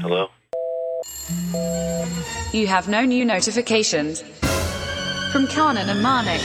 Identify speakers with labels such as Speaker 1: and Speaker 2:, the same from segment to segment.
Speaker 1: Hello?
Speaker 2: You have no new notifications from Kanan and Marnik.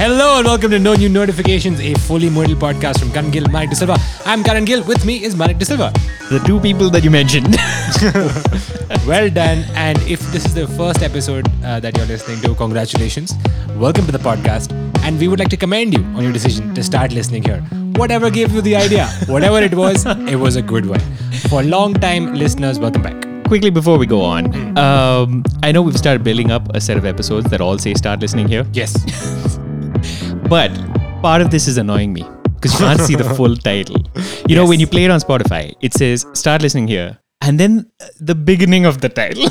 Speaker 3: Hello and welcome to No New Notifications, a fully modal podcast from Karan Gill and Manik De Silva. I'm Karan Gill. With me is Manik De Silva.
Speaker 4: The two people that you mentioned.
Speaker 3: Well done. And if this is the first episode uh, that you're listening to, congratulations. Welcome to the podcast. And we would like to commend you on your decision to start listening here. Whatever gave you the idea, whatever it was, it was a good one. For long-time listeners, welcome back.
Speaker 4: Quickly before we go on, um, I know we've started building up a set of episodes that all say start listening here,
Speaker 3: Yes.
Speaker 4: but part of this is annoying me because you can't see the full title. You know, when you play it on Spotify, it says start listening here, and then uh, the beginning of the title.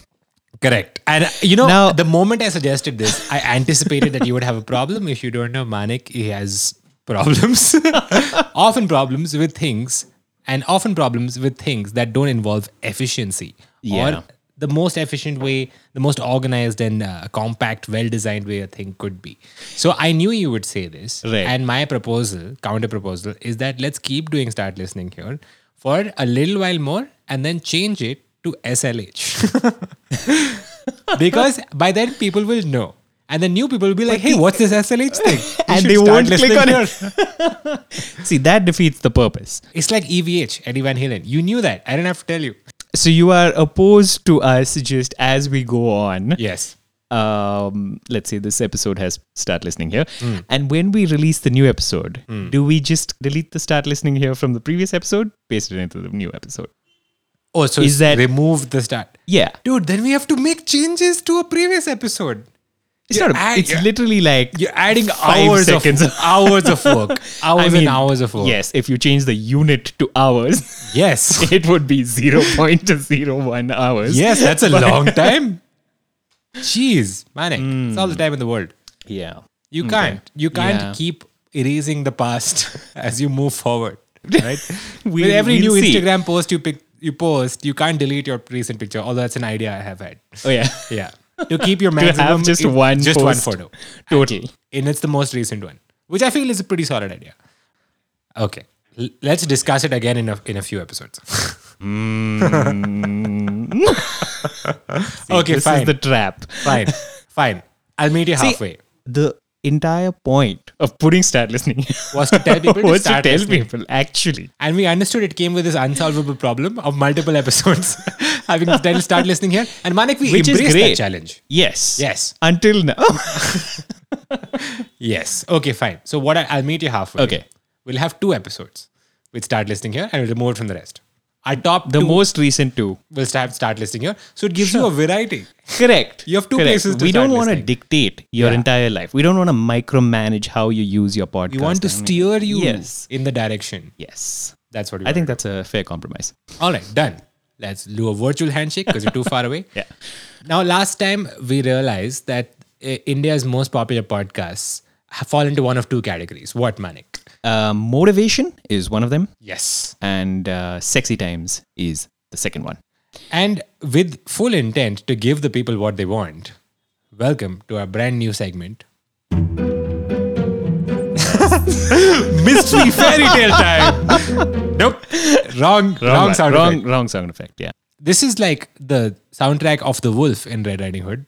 Speaker 3: Correct. And uh, you know,
Speaker 4: Now-
Speaker 3: the moment I suggested this, I anticipated that you would have a problem. If you don't know, Manik, he has problems. often problems with things, and often problems with things that don't involve efficiency.
Speaker 4: Yeah.
Speaker 3: Or the most efficient way, the most organized and uh, compact, well designed way a thing could be. So I knew you would say this.
Speaker 4: Right.
Speaker 3: And my proposal, counter proposal, is that let's keep doing start listening here for a little while more and then change it to SLH. because by then people will know. And then new people will be like, hey, what's this SLH thing? We
Speaker 4: And
Speaker 3: should
Speaker 4: they
Speaker 3: start
Speaker 4: won't click
Speaker 3: listening
Speaker 4: on
Speaker 3: here.
Speaker 4: it. see, that defeats the purpose.
Speaker 3: It's like EVH, Eddie Van Halen. You knew that. I didn't have to tell you.
Speaker 4: So you are opposed to us just as we go on.
Speaker 3: Yes.
Speaker 4: um, let's say this episode has start listening here. And when we release the new episode, do we just delete the start listening here from the previous episode, paste it into the new episode?
Speaker 3: Oh, so
Speaker 4: Is that-
Speaker 3: remove the start.
Speaker 4: Yeah.
Speaker 3: Dude, then we have to make changes to a previous episode.
Speaker 4: It's
Speaker 3: You're
Speaker 4: not a,
Speaker 3: add-
Speaker 4: it's
Speaker 3: you're-
Speaker 4: literally like
Speaker 3: You're adding
Speaker 4: five
Speaker 3: hours of,
Speaker 4: seconds.
Speaker 3: hours of work. Hours
Speaker 4: mean,
Speaker 3: and hours of work.
Speaker 4: Yes, if you change the unit to hours,
Speaker 3: Yes.
Speaker 4: it would be 0.01 hours.
Speaker 3: Yes, that's a long time. Jeez, Manik. It's all the time in the world.
Speaker 4: Yeah.
Speaker 3: You can't. You can't
Speaker 4: Yeah.
Speaker 3: keep erasing the past as you move forward. Right?
Speaker 4: We-
Speaker 3: With every
Speaker 4: we'll
Speaker 3: new
Speaker 4: see.
Speaker 3: Instagram post you pick you post, you can't delete your recent picture, although that's an idea I have had.
Speaker 4: Oh, yeah.
Speaker 3: Yeah. To keep your
Speaker 4: to
Speaker 3: maximum
Speaker 4: have just
Speaker 3: it-
Speaker 4: one
Speaker 3: just
Speaker 4: post
Speaker 3: one photo.
Speaker 4: Total.
Speaker 3: And it's the most recent one. Which I feel is a pretty solid idea. Okay. L- let's discuss it again in a in a few episodes.
Speaker 4: Mm.
Speaker 3: okay,
Speaker 4: this
Speaker 3: fine.
Speaker 4: is the trap.
Speaker 3: fine. Fine. I'll meet you
Speaker 4: See,
Speaker 3: halfway.
Speaker 4: The entire point of putting start listening
Speaker 3: Was to tell people to
Speaker 4: was
Speaker 3: start
Speaker 4: to tell
Speaker 3: listening.
Speaker 4: people actually.
Speaker 3: And we understood it came with this unsolvable problem of multiple episodes having to then start listening here. And Manik, we
Speaker 4: Which is
Speaker 3: embraced that
Speaker 4: great.
Speaker 3: challenge.
Speaker 4: Yes.
Speaker 3: Yes.
Speaker 4: Until now.
Speaker 3: Yes. Okay, fine. So what I, I'll meet you halfway.
Speaker 4: Okay.
Speaker 3: We'll have two episodes. We'll start listing here and we'll remove it from the rest. Our top
Speaker 4: the
Speaker 3: two
Speaker 4: most recent two.
Speaker 3: will start start listing here. So it gives you a variety.
Speaker 4: Correct.
Speaker 3: You have two
Speaker 4: Correct.
Speaker 3: places to
Speaker 4: We
Speaker 3: start
Speaker 4: don't want to
Speaker 3: listening.
Speaker 4: dictate your
Speaker 3: Yeah.
Speaker 4: entire life. We don't want to micromanage how you use your podcast.
Speaker 3: We want to
Speaker 4: I mean,
Speaker 3: steer you
Speaker 4: Yes.
Speaker 3: in the direction.
Speaker 4: Yes.
Speaker 3: That's what we
Speaker 4: I think
Speaker 3: wanna
Speaker 4: that's a fair compromise.
Speaker 3: do. All right, done. Let's do a virtual handshake because you're too far away.
Speaker 4: Yeah.
Speaker 3: Now, last time we realized that uh, India's most popular podcasts ha- fall into one of two categories. What, Manik?
Speaker 4: Uh, motivation is one of them,
Speaker 3: Yes.
Speaker 4: and uh, sexy times is the second one.
Speaker 3: And with full intent to give the people what they want, welcome to our brand new segment. Mystery fairy tale time. nope. Wrong, wrong,
Speaker 4: one.
Speaker 3: sound
Speaker 4: wrong,
Speaker 3: effect.
Speaker 4: wrong sound effect. Yeah.
Speaker 3: This is like the soundtrack of the wolf in Red Riding Hood.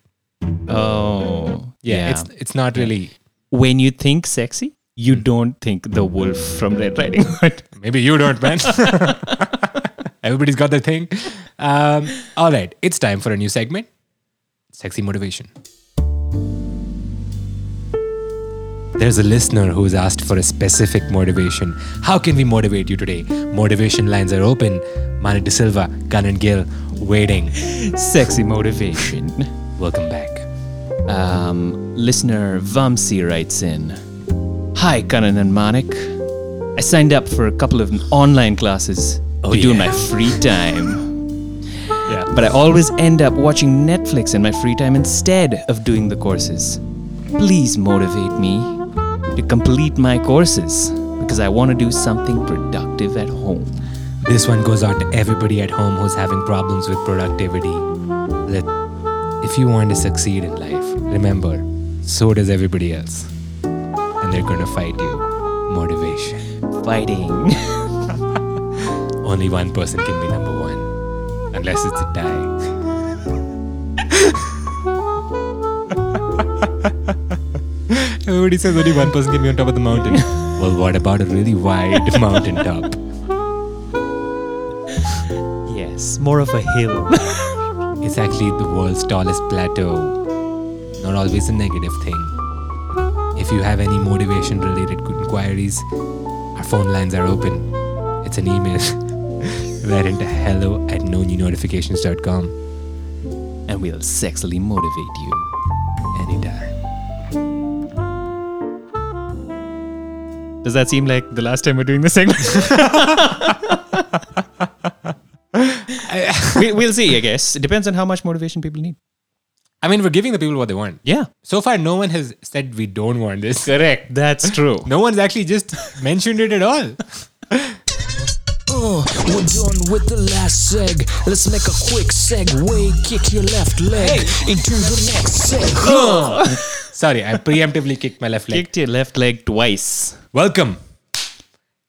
Speaker 4: Oh.
Speaker 3: Yeah, it's it's not really.
Speaker 4: when you think sexy, you don't think the wolf from Red Riding Hood.
Speaker 3: Maybe you don't, man. Everybody's got their thing. Um, all right, it's time for a new segment. Sexy motivation. There's a listener who's asked for a specific motivation. How can we motivate you today? Motivation lines are open. Manik De Silva, Kanan Gill, waiting.
Speaker 4: sexy motivation.
Speaker 3: Welcome back.
Speaker 4: Um, listener Vamsi writes in Hi, Kanan and Manik. I signed up for a couple of online classes to do in
Speaker 3: yeah.
Speaker 4: my free time.
Speaker 3: Yeah.
Speaker 4: But I always end up watching Netflix in my free time instead of doing the courses. Please motivate me to complete my courses because I want to do something productive at home.
Speaker 3: This one goes out to everybody at home who's having problems with productivity. Let- if you want to succeed in life, remember, so does everybody else. and they're going to fight you. Motivation.
Speaker 4: Fighting.
Speaker 3: Only one person can be number one, unless it's a tie. Everybody says only one person can be on top of the mountain. well, what about a really wide mountain top?
Speaker 4: yes, more of a hill.
Speaker 3: It's actually the world's tallest plateau. Not always a negative thing. If you have any motivation related inquiries, our phone lines are open. It's an email. Write into hello at nonewnotifications.com
Speaker 4: and we'll sexily motivate you.
Speaker 3: anytime.
Speaker 4: Does that seem like the last time we're doing this segment? we, we'll see, I guess. It depends on how much motivation people need.
Speaker 3: I mean, we're giving the people what they want.
Speaker 4: Yeah.
Speaker 3: So far, no one has said we don't want this.
Speaker 4: Correct. That's true.
Speaker 3: No one's actually just mentioned it at all.
Speaker 1: Uh, we're done with the last seg. Let's make a quick segue. Kick your left leg into the next seg.
Speaker 3: Sorry, I preemptively kicked my left leg.
Speaker 4: Kicked your left leg twice.
Speaker 3: Welcome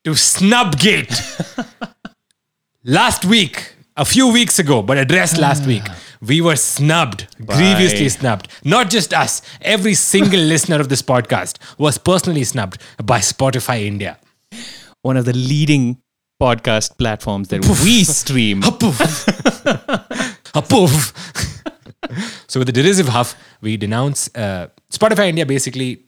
Speaker 3: to Snubgate. last week, a few weeks ago, but addressed last week, we were snubbed, grievously snubbed. Not just us, every single listener of this podcast was personally snubbed by Spotify India.
Speaker 4: One of the leading podcast platforms that we stream.
Speaker 3: Hapoof. Hapoof. so with a derisive huff, we denounce uh, Spotify India basically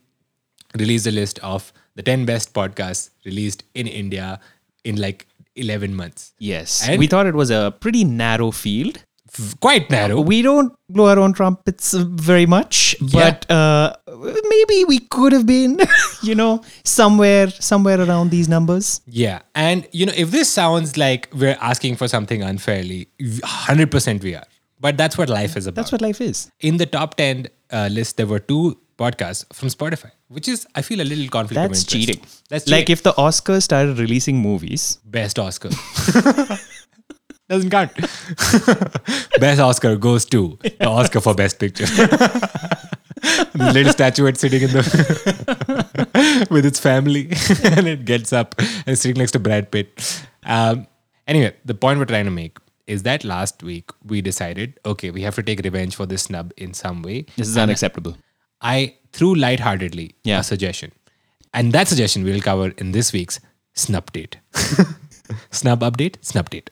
Speaker 3: released a list of the 10 best podcasts released in India in like 11 months.
Speaker 4: Yes.
Speaker 3: And-
Speaker 4: we thought it was a pretty narrow field.
Speaker 3: F- Quite narrow.
Speaker 4: We don't blow our own trumpets uh, very much,
Speaker 3: Yeah.
Speaker 4: but uh, maybe we could have been, you know, somewhere somewhere around these numbers.
Speaker 3: Yeah. And, you know, if this sounds like we're asking for something unfairly, 100% we are. But that's what life is about.
Speaker 4: That's what life is.
Speaker 3: in the top 10 uh, list, there were two podcasts from Spotify, which is, I feel, a little conflict of
Speaker 4: That's
Speaker 3: interest.
Speaker 4: cheating.
Speaker 3: That's
Speaker 4: Like if the Oscars started releasing movies,
Speaker 3: Best Oscar. Doesn't count. best Oscar goes to the Oscar for Best Picture. the little statuette sitting in the with its family, and it gets up and it's sitting next to Brad Pitt. Um, anyway, the point we're trying to make is that last week we decided, okay, we have to take revenge for this snub in some way.
Speaker 4: this is unacceptable.
Speaker 3: I threw lightheartedly
Speaker 4: Yeah.
Speaker 3: a suggestion. And that suggestion we'll cover in this week's snub date. snub update, snub date.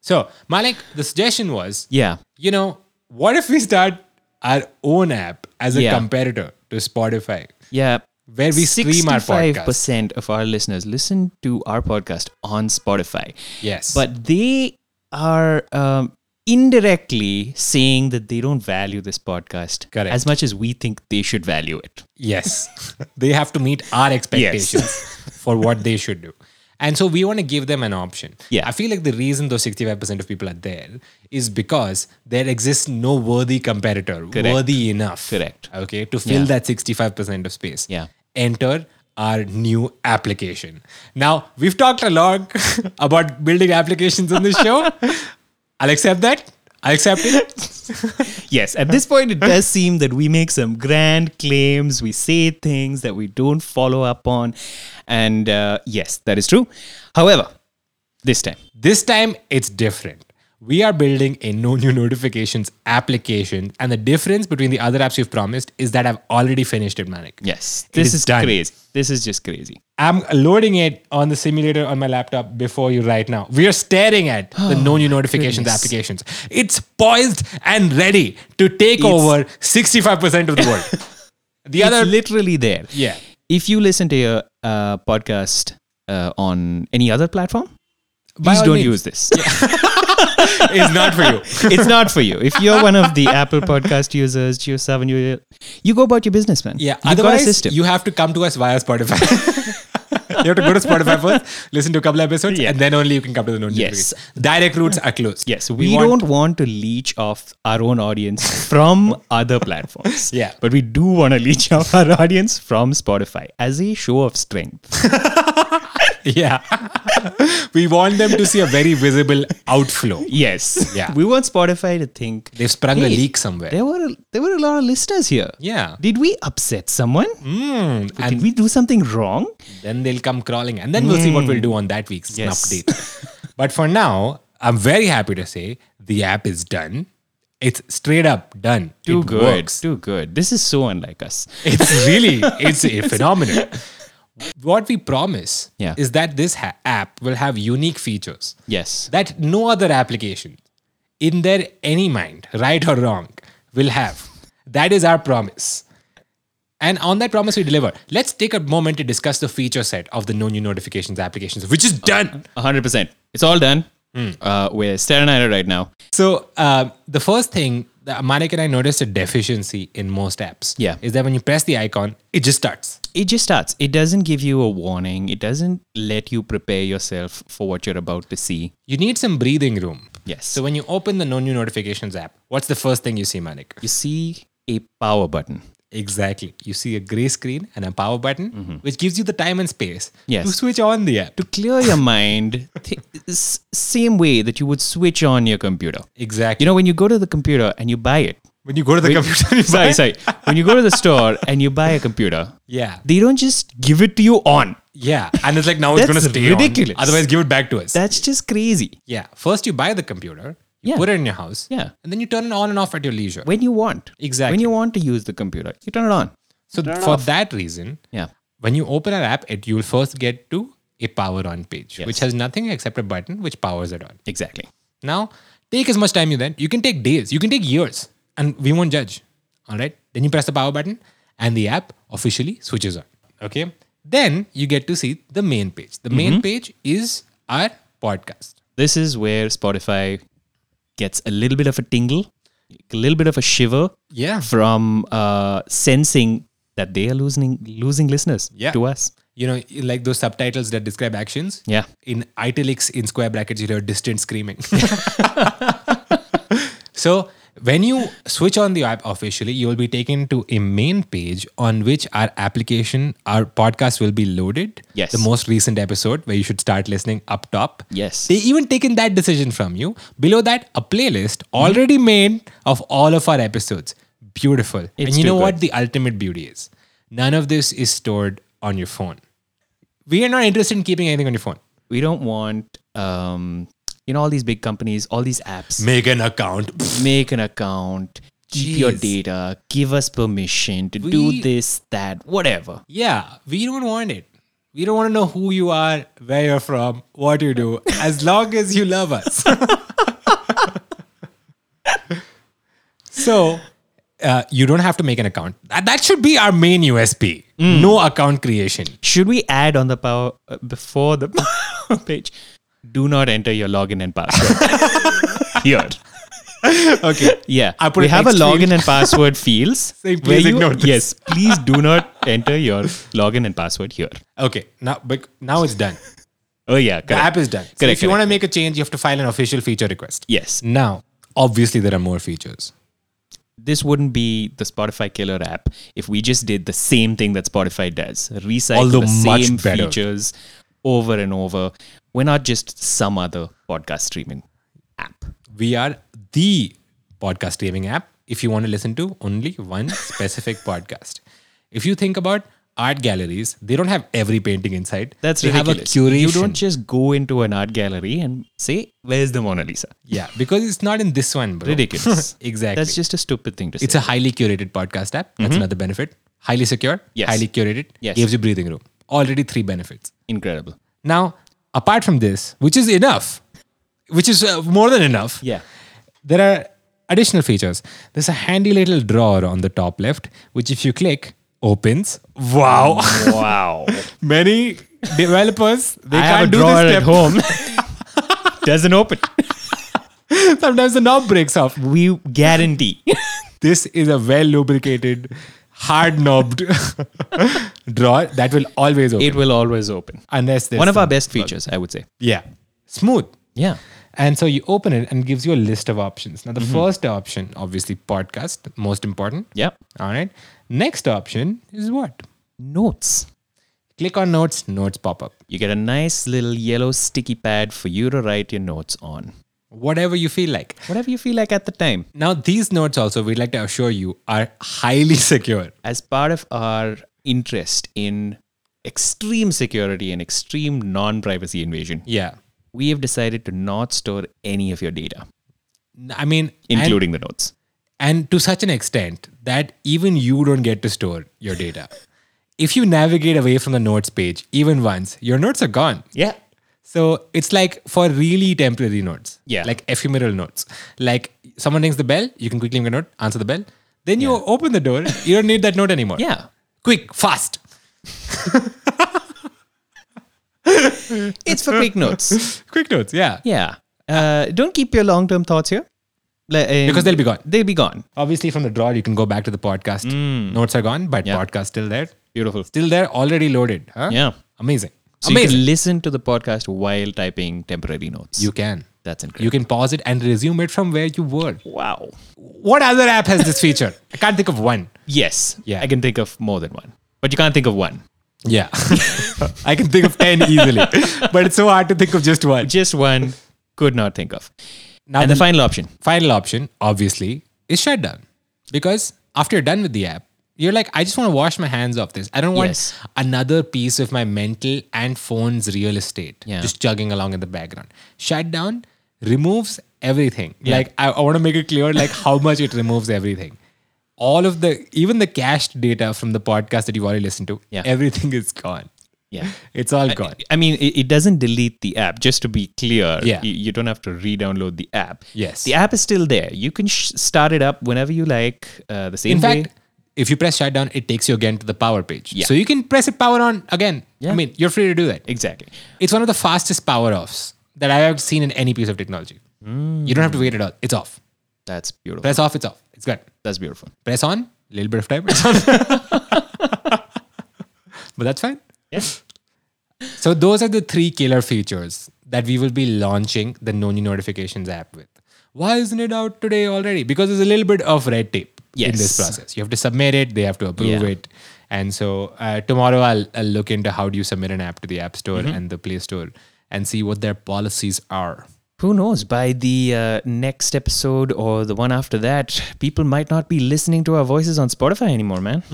Speaker 3: So, Malik, the suggestion was,
Speaker 4: Yeah.
Speaker 3: you know, what if we start our own app as a
Speaker 4: Yeah.
Speaker 3: competitor to Spotify?
Speaker 4: Yeah.
Speaker 3: Where we stream our podcast.
Speaker 4: 65% of our listeners listen to our podcast on Spotify.
Speaker 3: Yes.
Speaker 4: But they are um, indirectly saying that they don't value this podcast
Speaker 3: Correct.
Speaker 4: as much as we think they should value it.
Speaker 3: Yes. they have to meet our expectations for what they should do. And so we want to give them an option.
Speaker 4: Yeah.
Speaker 3: I feel like the reason those 65% of people are there is because there exists no worthy competitor, worthy enough.
Speaker 4: Correct.
Speaker 3: Okay. To fill
Speaker 4: Yeah.
Speaker 3: that 65% of space.
Speaker 4: Yeah.
Speaker 3: Enter our new application. Now, we've talked a lot about building applications on this show. I'll accept that. I accept it.
Speaker 4: Yes, at this point, it does seem that we make some grand claims. We say things that we don't follow up on. And uh, yes, that is true. However, this time,
Speaker 3: This time it's different. We are building a no new notifications application, and the difference between the other apps you've promised is that I've already finished it, Manik.
Speaker 4: yes,
Speaker 3: It
Speaker 4: this
Speaker 3: is
Speaker 4: is
Speaker 3: done.
Speaker 4: crazy. This is just crazy.
Speaker 3: I'm loading it on the simulator on my laptop before you right now. We are staring at the no new notifications
Speaker 4: goodness.
Speaker 3: applications. It's poised and ready to take
Speaker 4: It's-
Speaker 3: over 65% of the world. The
Speaker 4: it's
Speaker 3: other
Speaker 4: literally there.
Speaker 3: Yeah.
Speaker 4: If you listen to your uh, podcast uh, on any other platform,
Speaker 3: By
Speaker 4: please
Speaker 3: all
Speaker 4: don't
Speaker 3: means.
Speaker 4: use this.
Speaker 3: is not for you.
Speaker 4: it's not for you. If you're one of the Apple Podcast users, Geo7, you, you go about your business, man.
Speaker 3: Yeah,
Speaker 4: You've got a
Speaker 3: otherwise
Speaker 4: system.
Speaker 3: you have to come to us via Spotify. you have to go to Spotify first, listen to a couple episodes,
Speaker 4: Yeah.
Speaker 3: and then only you can come to the notifications. Direct routes are closed.
Speaker 4: Yes, we, don't want to leech off our own audience from other platforms.
Speaker 3: Yeah.
Speaker 4: But we do want to leech off our audience from Spotify as a show of strength.
Speaker 3: Yeah. we want them to see a very visible outflow.
Speaker 4: Yes.
Speaker 3: Yeah.
Speaker 4: We want Spotify to think
Speaker 3: They've sprung a
Speaker 4: "Hey,
Speaker 3: leak somewhere.
Speaker 4: There were a, there were a lot of listeners here.
Speaker 3: Yeah.
Speaker 4: Did we upset someone? Did
Speaker 3: and
Speaker 4: we do something wrong?
Speaker 3: then they'll come crawling and then we'll see what we'll do on that week's
Speaker 4: Yes.
Speaker 3: snuff date but for now i'm very happy to say the app is done it's straight up done
Speaker 4: Too
Speaker 3: It
Speaker 4: good.
Speaker 3: works.
Speaker 4: Too good. This is so unlike us.
Speaker 3: it's really it's a phenomenon what we promise
Speaker 4: Yeah.
Speaker 3: is that this ha- app will have unique features
Speaker 4: Yes.
Speaker 3: that no other application in their any mind right or wrong will have that is our promise and on that promise we deliver let's take a moment to discuss the feature set of the no new notifications applications which is done
Speaker 4: 100%. It's all done. Uh, we're staring at it right now.
Speaker 3: so uh, the first thing that manik and i noticed a deficiency in most apps
Speaker 4: Yeah.
Speaker 3: is that when you press the icon it just starts
Speaker 4: It just starts. It doesn't give you a warning. It doesn't let you prepare yourself for what you're about to see.
Speaker 3: you need some breathing room
Speaker 4: Yes.
Speaker 3: so when you open the no new notifications app what's the first thing you see manik
Speaker 4: You see a power button.
Speaker 3: Exactly. You see a gray screen and a power button, which gives you the time and space
Speaker 4: Yes.
Speaker 3: to switch on the app.
Speaker 4: To clear your mind, th- s- same way that you would switch on your computer.
Speaker 3: Exactly.
Speaker 4: You know, when you go to the computer and you buy it,
Speaker 3: when you go to the computer, you buy-
Speaker 4: sorry, sorry. When you go to the store and you buy a computer,
Speaker 3: Yeah.
Speaker 4: they don't just give it to you on.
Speaker 3: Yeah. And it's like now it's
Speaker 4: That's
Speaker 3: going to stay on.
Speaker 4: ridiculous.
Speaker 3: Otherwise, give it back to us.
Speaker 4: That's just crazy.
Speaker 3: yeah. First, you buy the computer, you
Speaker 4: Yeah.
Speaker 3: put it in your house,
Speaker 4: Yeah.
Speaker 3: and then you turn it on and off at your leisure.
Speaker 4: When you want.
Speaker 3: Exactly.
Speaker 4: When you want to use the computer, you turn it on.
Speaker 3: so for that reason,
Speaker 4: Yeah.
Speaker 3: when you open an app, it you'll first get to a power on page, which has nothing except a button which powers it on.
Speaker 4: Exactly.
Speaker 3: Now, take as much time you then. You can take days, you can take years, and we won't judge. All right. Then you press the power button, and the app officially switches on. Okay. Then you get to see the main page. The main page is our podcast.
Speaker 4: This is where Spotify gets a little bit of a tingle, a little bit of a shiver
Speaker 3: Yeah.
Speaker 4: from uh, sensing that they are losing losing listeners
Speaker 3: Yeah.
Speaker 4: to us.
Speaker 3: You know, like those subtitles that describe actions.
Speaker 4: Yeah.
Speaker 3: In italics, in square brackets, you hear distant screaming. so when you switch on the app officially, you will be taken to a main page on which our application, our podcast will be loaded.
Speaker 4: Yes.
Speaker 3: The most recent episode where you should start listening up top.
Speaker 4: Yes.
Speaker 3: They even taken that decision from you. Below that, a playlist already made of all of our episodes. Beautiful. and
Speaker 4: It's
Speaker 3: you
Speaker 4: too
Speaker 3: know what
Speaker 4: good.
Speaker 3: the ultimate beauty is? None of this is stored on your phone. We are not interested in keeping anything on your phone.
Speaker 4: We don't want um, you know all these big companies, all these apps.
Speaker 3: Make an account.
Speaker 4: make an account, keep your
Speaker 3: Jeez.
Speaker 4: data, give us permission to do
Speaker 3: We-
Speaker 4: this, that, whatever.
Speaker 3: Yeah, we don't want it. We don't want to know who you are, where you're from, what you do, as long as you love us. so, uh, you don't have to make an account. That, that should be our main USP
Speaker 4: Hmm.
Speaker 3: no account creation.
Speaker 4: Should we add on the power uh, before the power page? Do not enter your login and password here.
Speaker 3: Okay.
Speaker 4: Yeah,
Speaker 3: I put
Speaker 4: we
Speaker 3: an
Speaker 4: have a
Speaker 3: X field.
Speaker 4: login and password fields.
Speaker 3: Saying,
Speaker 4: where
Speaker 3: "Please ignore this."
Speaker 4: Yes, please do not enter your login and password here.
Speaker 3: Okay. Now, but now it's done.
Speaker 4: Oh yeah, correct.
Speaker 3: The app is done. So
Speaker 4: Correct.
Speaker 3: if you
Speaker 4: correct.
Speaker 3: want to make a change, you have to file an official feature request.
Speaker 4: yes,
Speaker 3: Now, obviously, there are more features.
Speaker 4: this wouldn't be the Spotify killer app if we just did the same thing that Spotify does. Recycle
Speaker 3: Although
Speaker 4: the
Speaker 3: much
Speaker 4: same
Speaker 3: better.
Speaker 4: features over and over. We're not just some other podcast streaming app.
Speaker 3: we are the podcast streaming app if you want to listen to only one specific podcast. If you think about art galleries, they don't have every painting inside.
Speaker 4: That's
Speaker 3: they have a
Speaker 4: ridiculous.
Speaker 3: curation.
Speaker 4: You don't just go into an art gallery and say, "Where's the Mona Lisa?"
Speaker 3: yeah, because it's not in this one, bro.
Speaker 4: Ridiculous.
Speaker 3: exactly.
Speaker 4: That's just a stupid thing to say.
Speaker 3: it's a highly curated podcast app. That's another benefit. Highly secure,
Speaker 4: Yes.
Speaker 3: highly curated,
Speaker 4: Yes.
Speaker 3: gives you breathing room. Already three benefits.
Speaker 4: incredible.
Speaker 3: Now, apart from this, which is enough, which is uh, more than enough.
Speaker 4: Yeah.
Speaker 3: There are additional features. There's a handy little drawer on the top left, which if you click, opens. Wow.
Speaker 4: Wow.
Speaker 3: Many developers they
Speaker 4: I have a
Speaker 3: can't do
Speaker 4: drawer
Speaker 3: this
Speaker 4: at
Speaker 3: step.
Speaker 4: home. Doesn't open.
Speaker 3: Sometimes the knob breaks off.
Speaker 4: We guarantee.
Speaker 3: This is a well lubricated, hard knobbed drawer that will always open
Speaker 4: It will always open.
Speaker 3: unless there's
Speaker 4: One of our
Speaker 3: some-
Speaker 4: best features, I would say.
Speaker 3: yeah smooth
Speaker 4: Yeah.
Speaker 3: and so you open it and it gives you a list of options now the
Speaker 4: Mm-hmm.
Speaker 3: first option obviously podcast most important
Speaker 4: Yeah.
Speaker 3: all right next option is what
Speaker 4: Notes.
Speaker 3: click on notes notes pop up
Speaker 4: You get a nice little yellow sticky pad for you to write your notes on.
Speaker 3: whatever you feel like
Speaker 4: Whatever you feel like at the time.
Speaker 3: now these notes also we'd like to assure you are highly secure
Speaker 4: As part of our interest in extreme security and extreme non privacy invasion,
Speaker 3: yeah
Speaker 4: we have decided to not store any of your data,
Speaker 3: i mean and-
Speaker 4: including the notes.
Speaker 3: and to such an extent that even you don't get to store your data. if you navigate away from the notes page even once, your notes are gone.
Speaker 4: Yeah.
Speaker 3: So it's like for really temporary notes,
Speaker 4: Yeah.
Speaker 3: like ephemeral notes. Like someone rings the bell, you can quickly make a note, answer the bell, then you open the door, you don't need that note anymore.
Speaker 4: Yeah.
Speaker 3: quick, fast.
Speaker 4: It's for quick notes.
Speaker 3: Quick notes, yeah.
Speaker 4: Yeah. Uh, don't keep your long term thoughts here. Like, um,
Speaker 3: Because they'll be gone.
Speaker 4: They'll be gone.
Speaker 3: Obviously, from the drawer, you can go back to the podcast. Notes are gone, but
Speaker 4: Mm. Yeah.
Speaker 3: podcast still there,
Speaker 4: Beautiful.
Speaker 3: still there, already loaded. Huh?
Speaker 4: Yeah.
Speaker 3: amazing,
Speaker 4: So you
Speaker 3: amazing.
Speaker 4: can listen to the podcast while typing temporary notes.
Speaker 3: you can.
Speaker 4: That's incredible.
Speaker 3: You can pause it and resume it from where you were.
Speaker 4: wow.
Speaker 3: What other app has this feature? I can't think of one.
Speaker 4: Yes.
Speaker 3: Yeah.
Speaker 4: I can think of more than one. But you can't think of one.
Speaker 3: Yeah. I can think of 10 easily, but it's so hard to think of just one.
Speaker 4: Just one could not think of.
Speaker 3: Now,
Speaker 4: and
Speaker 3: the
Speaker 4: the final option.
Speaker 3: final option, obviously, is shutdown. Because after you're done with the app, you're like, I just want to wash my hands off this. I don't want
Speaker 4: Yes.
Speaker 3: another piece of my mental and phone's real estate
Speaker 4: Yeah.
Speaker 3: just chugging along in the background. Shutdown removes everything. Like, I, I want to make it clear, like, how much it removes everything. All of the, even the cached data from the podcast that you've already listened to,
Speaker 4: Yeah.
Speaker 3: everything is gone.
Speaker 4: Yeah.
Speaker 3: It's all gone.
Speaker 4: I mean, it, it doesn't delete the app. Just to be clear,
Speaker 3: Yeah.
Speaker 4: you, you don't have to re-download the app.
Speaker 3: Yes.
Speaker 4: the app is still there. You can sh- start it up whenever you like. Uh, the same.
Speaker 3: In
Speaker 4: way.
Speaker 3: fact, if you press shutdown, it takes you again to the power page.
Speaker 4: Yeah.
Speaker 3: So you can press it power on again.
Speaker 4: Yeah.
Speaker 3: I mean, you're free to do that.
Speaker 4: exactly.
Speaker 3: It's one of the fastest power offs that I have seen in any piece of technology. You don't have to wait at all. It's off.
Speaker 4: That's beautiful.
Speaker 3: Press off, it's off. It's good.
Speaker 4: That's beautiful.
Speaker 3: Press on, little bit of time, it's on. but that's fine.
Speaker 4: Yes.
Speaker 3: So those are the three killer features that we will be launching the Noni Notifications app with. Why isn't it out today already? Because there's a little bit of red tape in this
Speaker 4: Yes.
Speaker 3: process. You have to submit it, they have to approve
Speaker 4: Yeah.
Speaker 3: it. And so uh, tomorrow I'll, I'll look into how do you submit an app to the App Store
Speaker 4: Mm-hmm.
Speaker 3: and the Play Store and see what their policies are.
Speaker 4: Who knows? By the uh, next episode or the one after that, people might not be listening to our voices on Spotify anymore, man.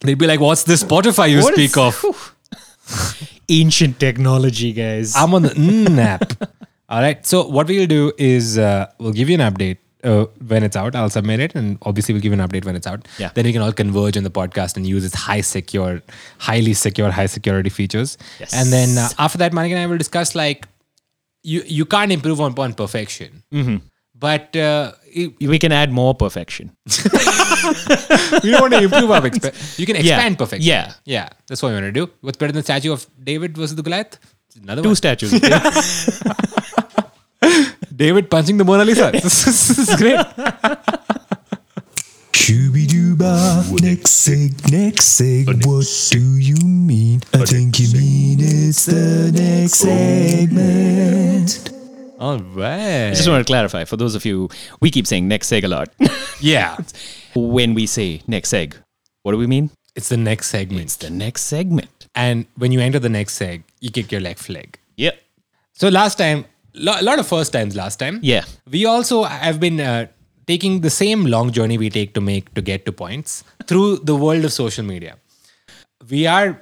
Speaker 3: They'd be like, what's this Spotify you
Speaker 4: Mm. What
Speaker 3: speak
Speaker 4: is-
Speaker 3: of?
Speaker 4: Ancient technology, guys.
Speaker 3: I'm on the mm app. All right. So what we'll do is uh, we'll give you an update uh, when it's out. I'll submit it, and obviously we'll give you an update when it's out.
Speaker 4: Yeah.
Speaker 3: Then we can all converge on the podcast and use its high secure, highly secure, high security features.
Speaker 4: Yes.
Speaker 3: And then uh, after that, Manik and I will discuss like you you can't improve on, on perfection,
Speaker 4: Mm-hmm.
Speaker 3: but uh, you
Speaker 4: we can add more perfection.
Speaker 3: you don't want to improve on expe- you can expand perfection.
Speaker 4: Yeah.
Speaker 3: Yeah. That's what we want to do. What's better than the statue of David versus the Goliath? Another
Speaker 4: Two
Speaker 3: one.
Speaker 4: statues.
Speaker 3: David punching the Mona Lisa. this is great.
Speaker 5: Scooby-Dooba, next sig, next sig, what do you mean? I think you mean it's the next segment.
Speaker 3: All
Speaker 4: I
Speaker 3: right.
Speaker 4: just want to clarify for those of you, we keep saying next seg a lot.
Speaker 3: Yeah.
Speaker 4: when we say next seg, what do we mean?
Speaker 3: It's the next segment.
Speaker 4: It's the next segment.
Speaker 3: and when you enter the next seg, you kick your left leg.
Speaker 4: Yep.
Speaker 3: So last time, lo- a lot of first times last time.
Speaker 4: Yeah.
Speaker 3: We also have been uh, taking the same long journey we take to make to get to points through the world of social media. We are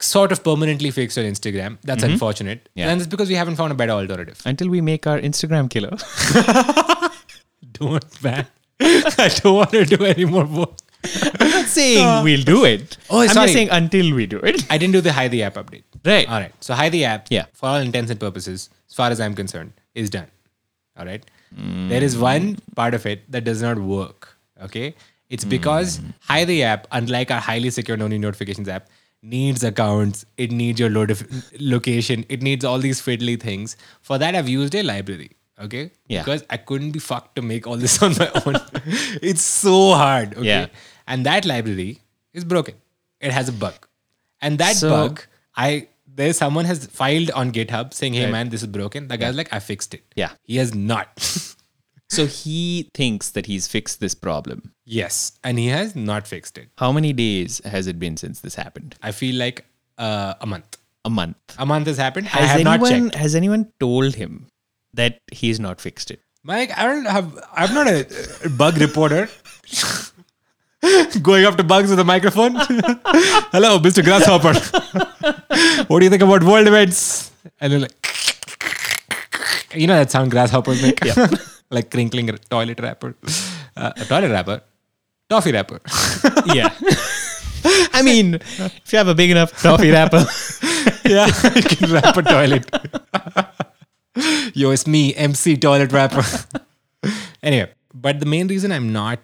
Speaker 3: sort of permanently fixed on Instagram. That's unfortunate.
Speaker 4: Yeah.
Speaker 3: And it's because we haven't found a better alternative.
Speaker 4: Until we make our Instagram killer.
Speaker 3: Don't, man. I don't want to do any more work.
Speaker 4: saying we'll do it.
Speaker 3: Oh,
Speaker 4: I'm
Speaker 3: sorry.
Speaker 4: just saying until we do it.
Speaker 3: I didn't do the Hi the App update.
Speaker 4: Right.
Speaker 3: All right. So Hi the App,
Speaker 4: Yeah.
Speaker 3: for all intents and purposes, as far as I'm concerned, is done. All right. There is one part of it that does not work. Okay. It's because
Speaker 4: Hmm.
Speaker 3: Hi the App, unlike our highly secure no notifications app, needs accounts. It needs your load of location. It needs all these fiddly things. For that, I've used a library. Okay.
Speaker 4: Yeah.
Speaker 3: Because I couldn't be fucked to make all this on my own. it's so hard. Okay.
Speaker 4: Yeah.
Speaker 3: and that library is broken. It has a bug, and that
Speaker 4: So-
Speaker 3: bug, I there someone has filed on GitHub saying, "Hey
Speaker 4: Right.
Speaker 3: man, this is broken." The guy's like, "I fixed it."
Speaker 4: Yeah.
Speaker 3: he has not.
Speaker 4: So he thinks that he's fixed this problem.
Speaker 3: yes, and he has not fixed it.
Speaker 4: How many days has it been since this happened?
Speaker 3: I feel like uh, a month.
Speaker 4: A month.
Speaker 3: A month has happened. I
Speaker 4: Has
Speaker 3: have
Speaker 4: anyone
Speaker 3: not checked.
Speaker 4: has anyone told him that he's not fixed it?
Speaker 3: Mike, I don't have. I'm not a bug reporter. Going up to bugs with a microphone. Hello, Mr. Grasshopper. what do you think about world events? And they're like, you know that sound grasshoppers make, like crinkling a toilet wrapper, uh, a toilet wrapper, toffee wrapper.
Speaker 4: Yeah. I mean, if you have a big enough toffee wrapper,
Speaker 3: yeah, you can wrap a toilet. Yo, it's me, MC Toilet Wrapper. anyway, but the main reason I'm not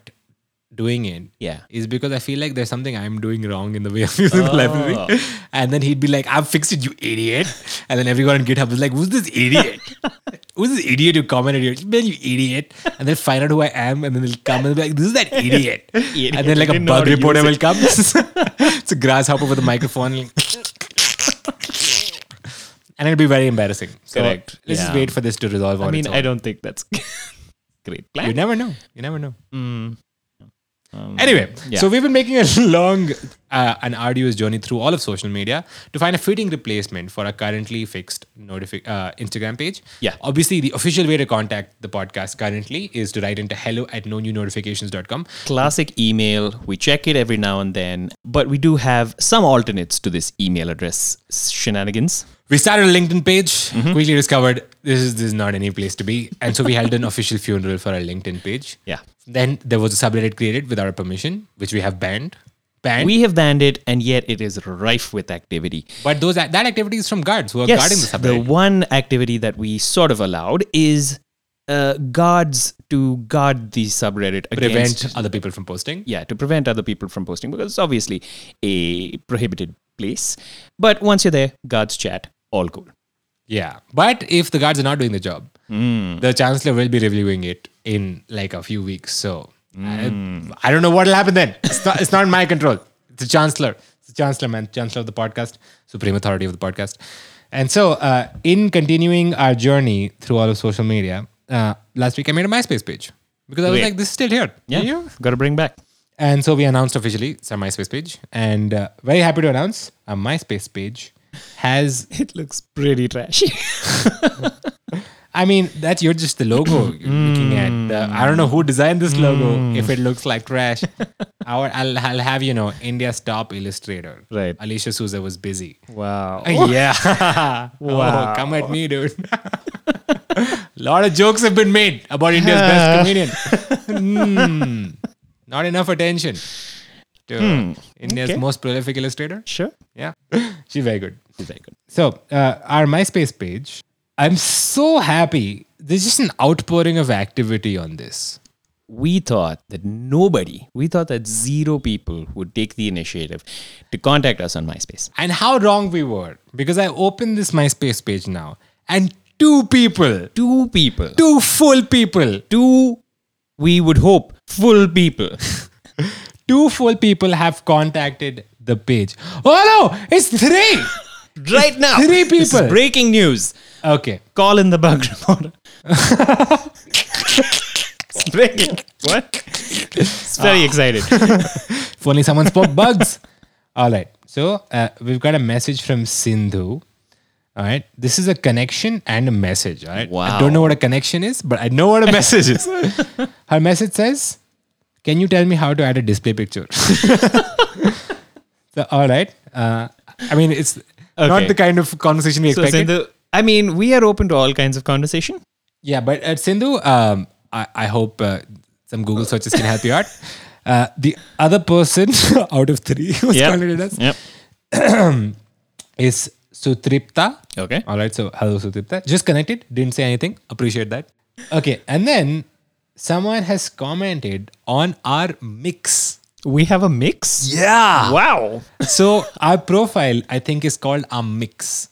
Speaker 3: doing it
Speaker 4: Yeah.
Speaker 3: is because I feel like there's something I'm doing wrong in the way of using the
Speaker 4: Oh.
Speaker 3: library. And then he'd be like, I've fixed it, you idiot. And then everyone on GitHub is like, Who's this idiot? Who's this idiot who commented here? Man, you idiot. And they'll find out who I am and then they'll come and be like, This is that idiot.
Speaker 4: Idiot.
Speaker 3: And then like a
Speaker 4: Didn't know how
Speaker 3: bug
Speaker 4: to use
Speaker 3: reporter
Speaker 4: it.
Speaker 3: will come. it's a grasshopper with a microphone. like, and it'll be very embarrassing. So
Speaker 4: Correct.
Speaker 3: Let's just
Speaker 4: Yeah.
Speaker 3: wait for this to resolve on
Speaker 4: I mean,
Speaker 3: its own.
Speaker 4: I don't think that's great. plan.
Speaker 3: You never know. You never know.
Speaker 4: Mm. Um,
Speaker 3: Anyway,
Speaker 4: yeah.
Speaker 3: so we've been making a long uh, and arduous journey through all of social media to find a fitting replacement for our currently fixed notifi- uh, Instagram page.
Speaker 4: Yeah.
Speaker 3: Obviously, the official way to contact the podcast currently is to write into hello at no new notifications.com.
Speaker 4: classic email. We check it every now and then, but we do have some alternates to this email address shenanigans.
Speaker 3: We started a LinkedIn page,
Speaker 4: Mm-hmm.
Speaker 3: quickly discovered this is, this is not any place to be. And so we held an official funeral for our LinkedIn page.
Speaker 4: Yeah.
Speaker 3: Then there was a subreddit created without our permission, which we have banned. Banned.
Speaker 4: We have banned it, and yet it is rife with activity.
Speaker 3: but those that activity is from guards who are guarding the
Speaker 4: Yes, the
Speaker 3: subreddit.
Speaker 4: one activity that we sort of allowed is uh, guards to guard the subreddit against
Speaker 3: Prevent other people from posting.
Speaker 4: yeah to prevent other people from posting because it's obviously a prohibited place. But once you're there, guards chat, all cool.
Speaker 3: Yeah. But if the guards are not doing the job, the chancellor will be reviewing it in like a few weeks. So I, I don't know what will happen then. It's not, it's not in my control. It's the chancellor. It's the chancellor, man. Chancellor of the podcast, supreme authority of the podcast. And so, uh, in continuing our journey through all of social media, uh, last week I made a MySpace page because I was
Speaker 4: Great.
Speaker 3: like, this is still here. You?
Speaker 4: got to bring back.
Speaker 3: And so we announced officially it's our MySpace page. And uh, very happy to announce our MySpace page has
Speaker 4: It looks pretty trashy.
Speaker 3: I mean, that you're just the logo you're looking at. The, I don't know who designed this logo. If it looks like trash, Our, I'll, I'll have you know India's top illustrator.
Speaker 4: Right.
Speaker 3: Alicia Souza was busy.
Speaker 4: wow.
Speaker 3: Yeah. wow. come at me, dude. lot of jokes have been made about India's best comedian. Hmm. Not enough attention to India's
Speaker 4: Okay.
Speaker 3: most prolific illustrator.
Speaker 4: Sure.
Speaker 3: Yeah. She's very good.
Speaker 4: It's very good.
Speaker 3: So uh, our MySpace page, I'm so happy. There's just an outpouring of activity on this.
Speaker 4: We thought that nobody, we thought that zero people would take the initiative to contact us on MySpace.
Speaker 3: And how wrong we were. Because I opened this MySpace page now and two people,
Speaker 4: Two people. Two.
Speaker 3: two full people,
Speaker 4: we would hope, full people.
Speaker 3: two full people have contacted the page. Oh no, it's three.
Speaker 4: right now.
Speaker 3: Three
Speaker 4: This is
Speaker 3: people.
Speaker 4: breaking news.
Speaker 3: okay.
Speaker 4: Call in the bug reporter. It's breaking. What? It's
Speaker 3: Ah.
Speaker 4: very excited.
Speaker 3: If only someone spoke bugs. All right. So uh, we've got a message from Sindhu. All right. This is a connection and a message. All right. I
Speaker 4: Wow.
Speaker 3: don't know what a connection is, but I know what a message is. Her message says, Can you tell me how to add a display picture? so, all right. Uh, I mean, it's not
Speaker 4: Okay.
Speaker 3: the kind of conversation we
Speaker 4: So,
Speaker 3: expected.
Speaker 4: Sindhu, I mean, we are open to all kinds of conversation.
Speaker 3: Yeah, but at Sindhu, um, I, I hope uh, some Google searches can help you out. Uh, the other person out of three who's
Speaker 4: Yep.
Speaker 3: contacted us
Speaker 4: Yep.
Speaker 3: is Sutripta.
Speaker 4: Okay.
Speaker 3: All right. So, hello, Sutripta. Just connected. Didn't say anything. Appreciate that. Okay. And then someone has commented on our mix.
Speaker 4: We have a mix.
Speaker 3: Yeah.
Speaker 4: Wow.
Speaker 3: So, our profile, I think, is called our mix.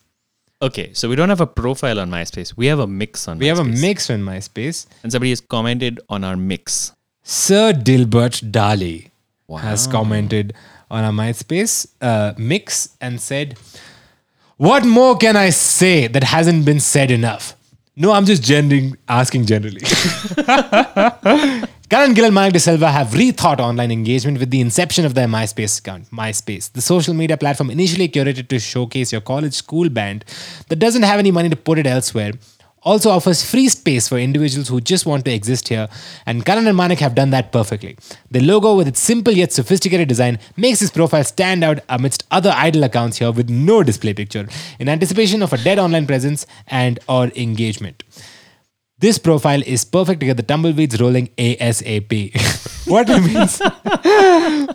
Speaker 4: Okay, so we don't have a profile on MySpace. We have a mix on.
Speaker 3: We have a
Speaker 4: MySpace.
Speaker 3: mix in MySpace.
Speaker 4: and somebody has commented on our mix.
Speaker 3: Sir Dilbert Dali has commented on our MySpace uh, mix and said, What more can I say that hasn't been said enough? No, I'm just gendering, asking generally. Karan Gill and Mike De Silva have rethought online engagement with the inception of their MySpace account, MySpace, the social media platform initially curated to showcase your college school band that doesn't have any money to put it elsewhere. Also offers free space for individuals who just want to exist here, and Karan and Manik have done that perfectly. The logo, with its simple yet sophisticated design, makes his profile stand out amidst other idle accounts here with no display picture, in anticipation of a dead online presence and/or engagement. This profile is perfect to get the tumbleweeds rolling ASAP. what remains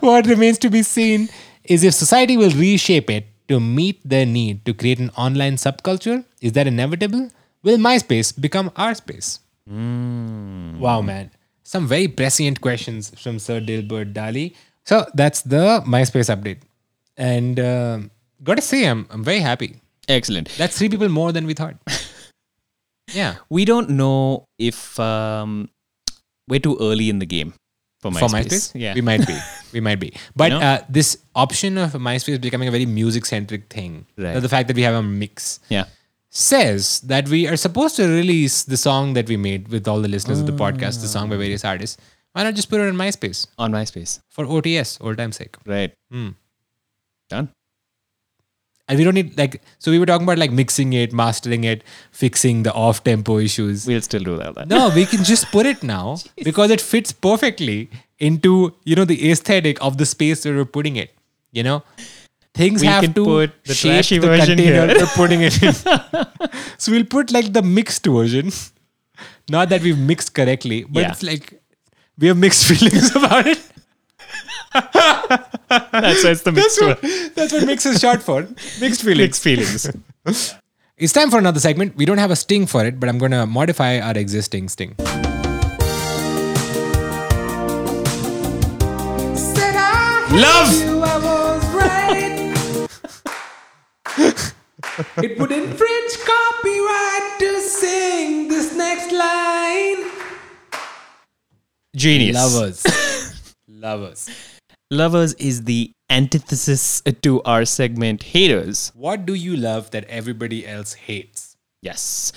Speaker 3: what remains to be seen is if society will reshape it to meet their need to create an online subculture. Is that inevitable? Will MySpace become our space? Wow, man. Some very prescient questions from Sir Dilbert Dali. So that's the MySpace update. And uh, gotta say, I'm, I'm very happy.
Speaker 4: Excellent.
Speaker 3: That's three people more than we thought. Yeah.
Speaker 4: We don't know if um, we're too early in the game for MySpace.
Speaker 3: for MySpace?
Speaker 4: Yeah.
Speaker 3: we might be, we might be. But
Speaker 4: know?
Speaker 3: uh, this option of MySpace becoming a very music-centric thing,
Speaker 4: Right.
Speaker 3: the fact that we have a mix
Speaker 4: yeah.
Speaker 3: says that we are supposed to release the song that we made with all the listeners of the podcast, the song by various
Speaker 4: Ah.
Speaker 3: artists. Why not just put it on MySpace
Speaker 4: On MySpace.
Speaker 3: for OTS, old time's sake?
Speaker 4: Right.
Speaker 3: Hmm.
Speaker 4: Done.
Speaker 3: And we don't need like so we were talking about like mixing it, mastering it, fixing the off-tempo issues.
Speaker 4: We'll still do that. that.
Speaker 3: No, we can just put it now because it fits perfectly into you know the aesthetic of the space where we're putting it. You know, things
Speaker 4: We
Speaker 3: have
Speaker 4: can
Speaker 3: to
Speaker 4: put the
Speaker 3: shape
Speaker 4: trashy
Speaker 3: the
Speaker 4: version
Speaker 3: container
Speaker 4: here.
Speaker 3: we're putting it in. so we'll put like the mixed version. Not that we've mixed correctly, but
Speaker 4: Yeah.
Speaker 3: it's like we have mixed feelings about it.
Speaker 4: That's why it's the mixed,
Speaker 3: That's what, that's what mix is short for. Mixed feelings.
Speaker 4: mixed feelings.
Speaker 3: It's time for another segment. We don't have a sting for it, but I'm going to modify our existing sting. Love! it would infringe copyright to sing this next line.
Speaker 4: Genius.
Speaker 3: Lovers. Lovers.
Speaker 4: Lovers is the antithesis to our segment haters.
Speaker 3: What do you love that everybody else hates?
Speaker 4: Yes.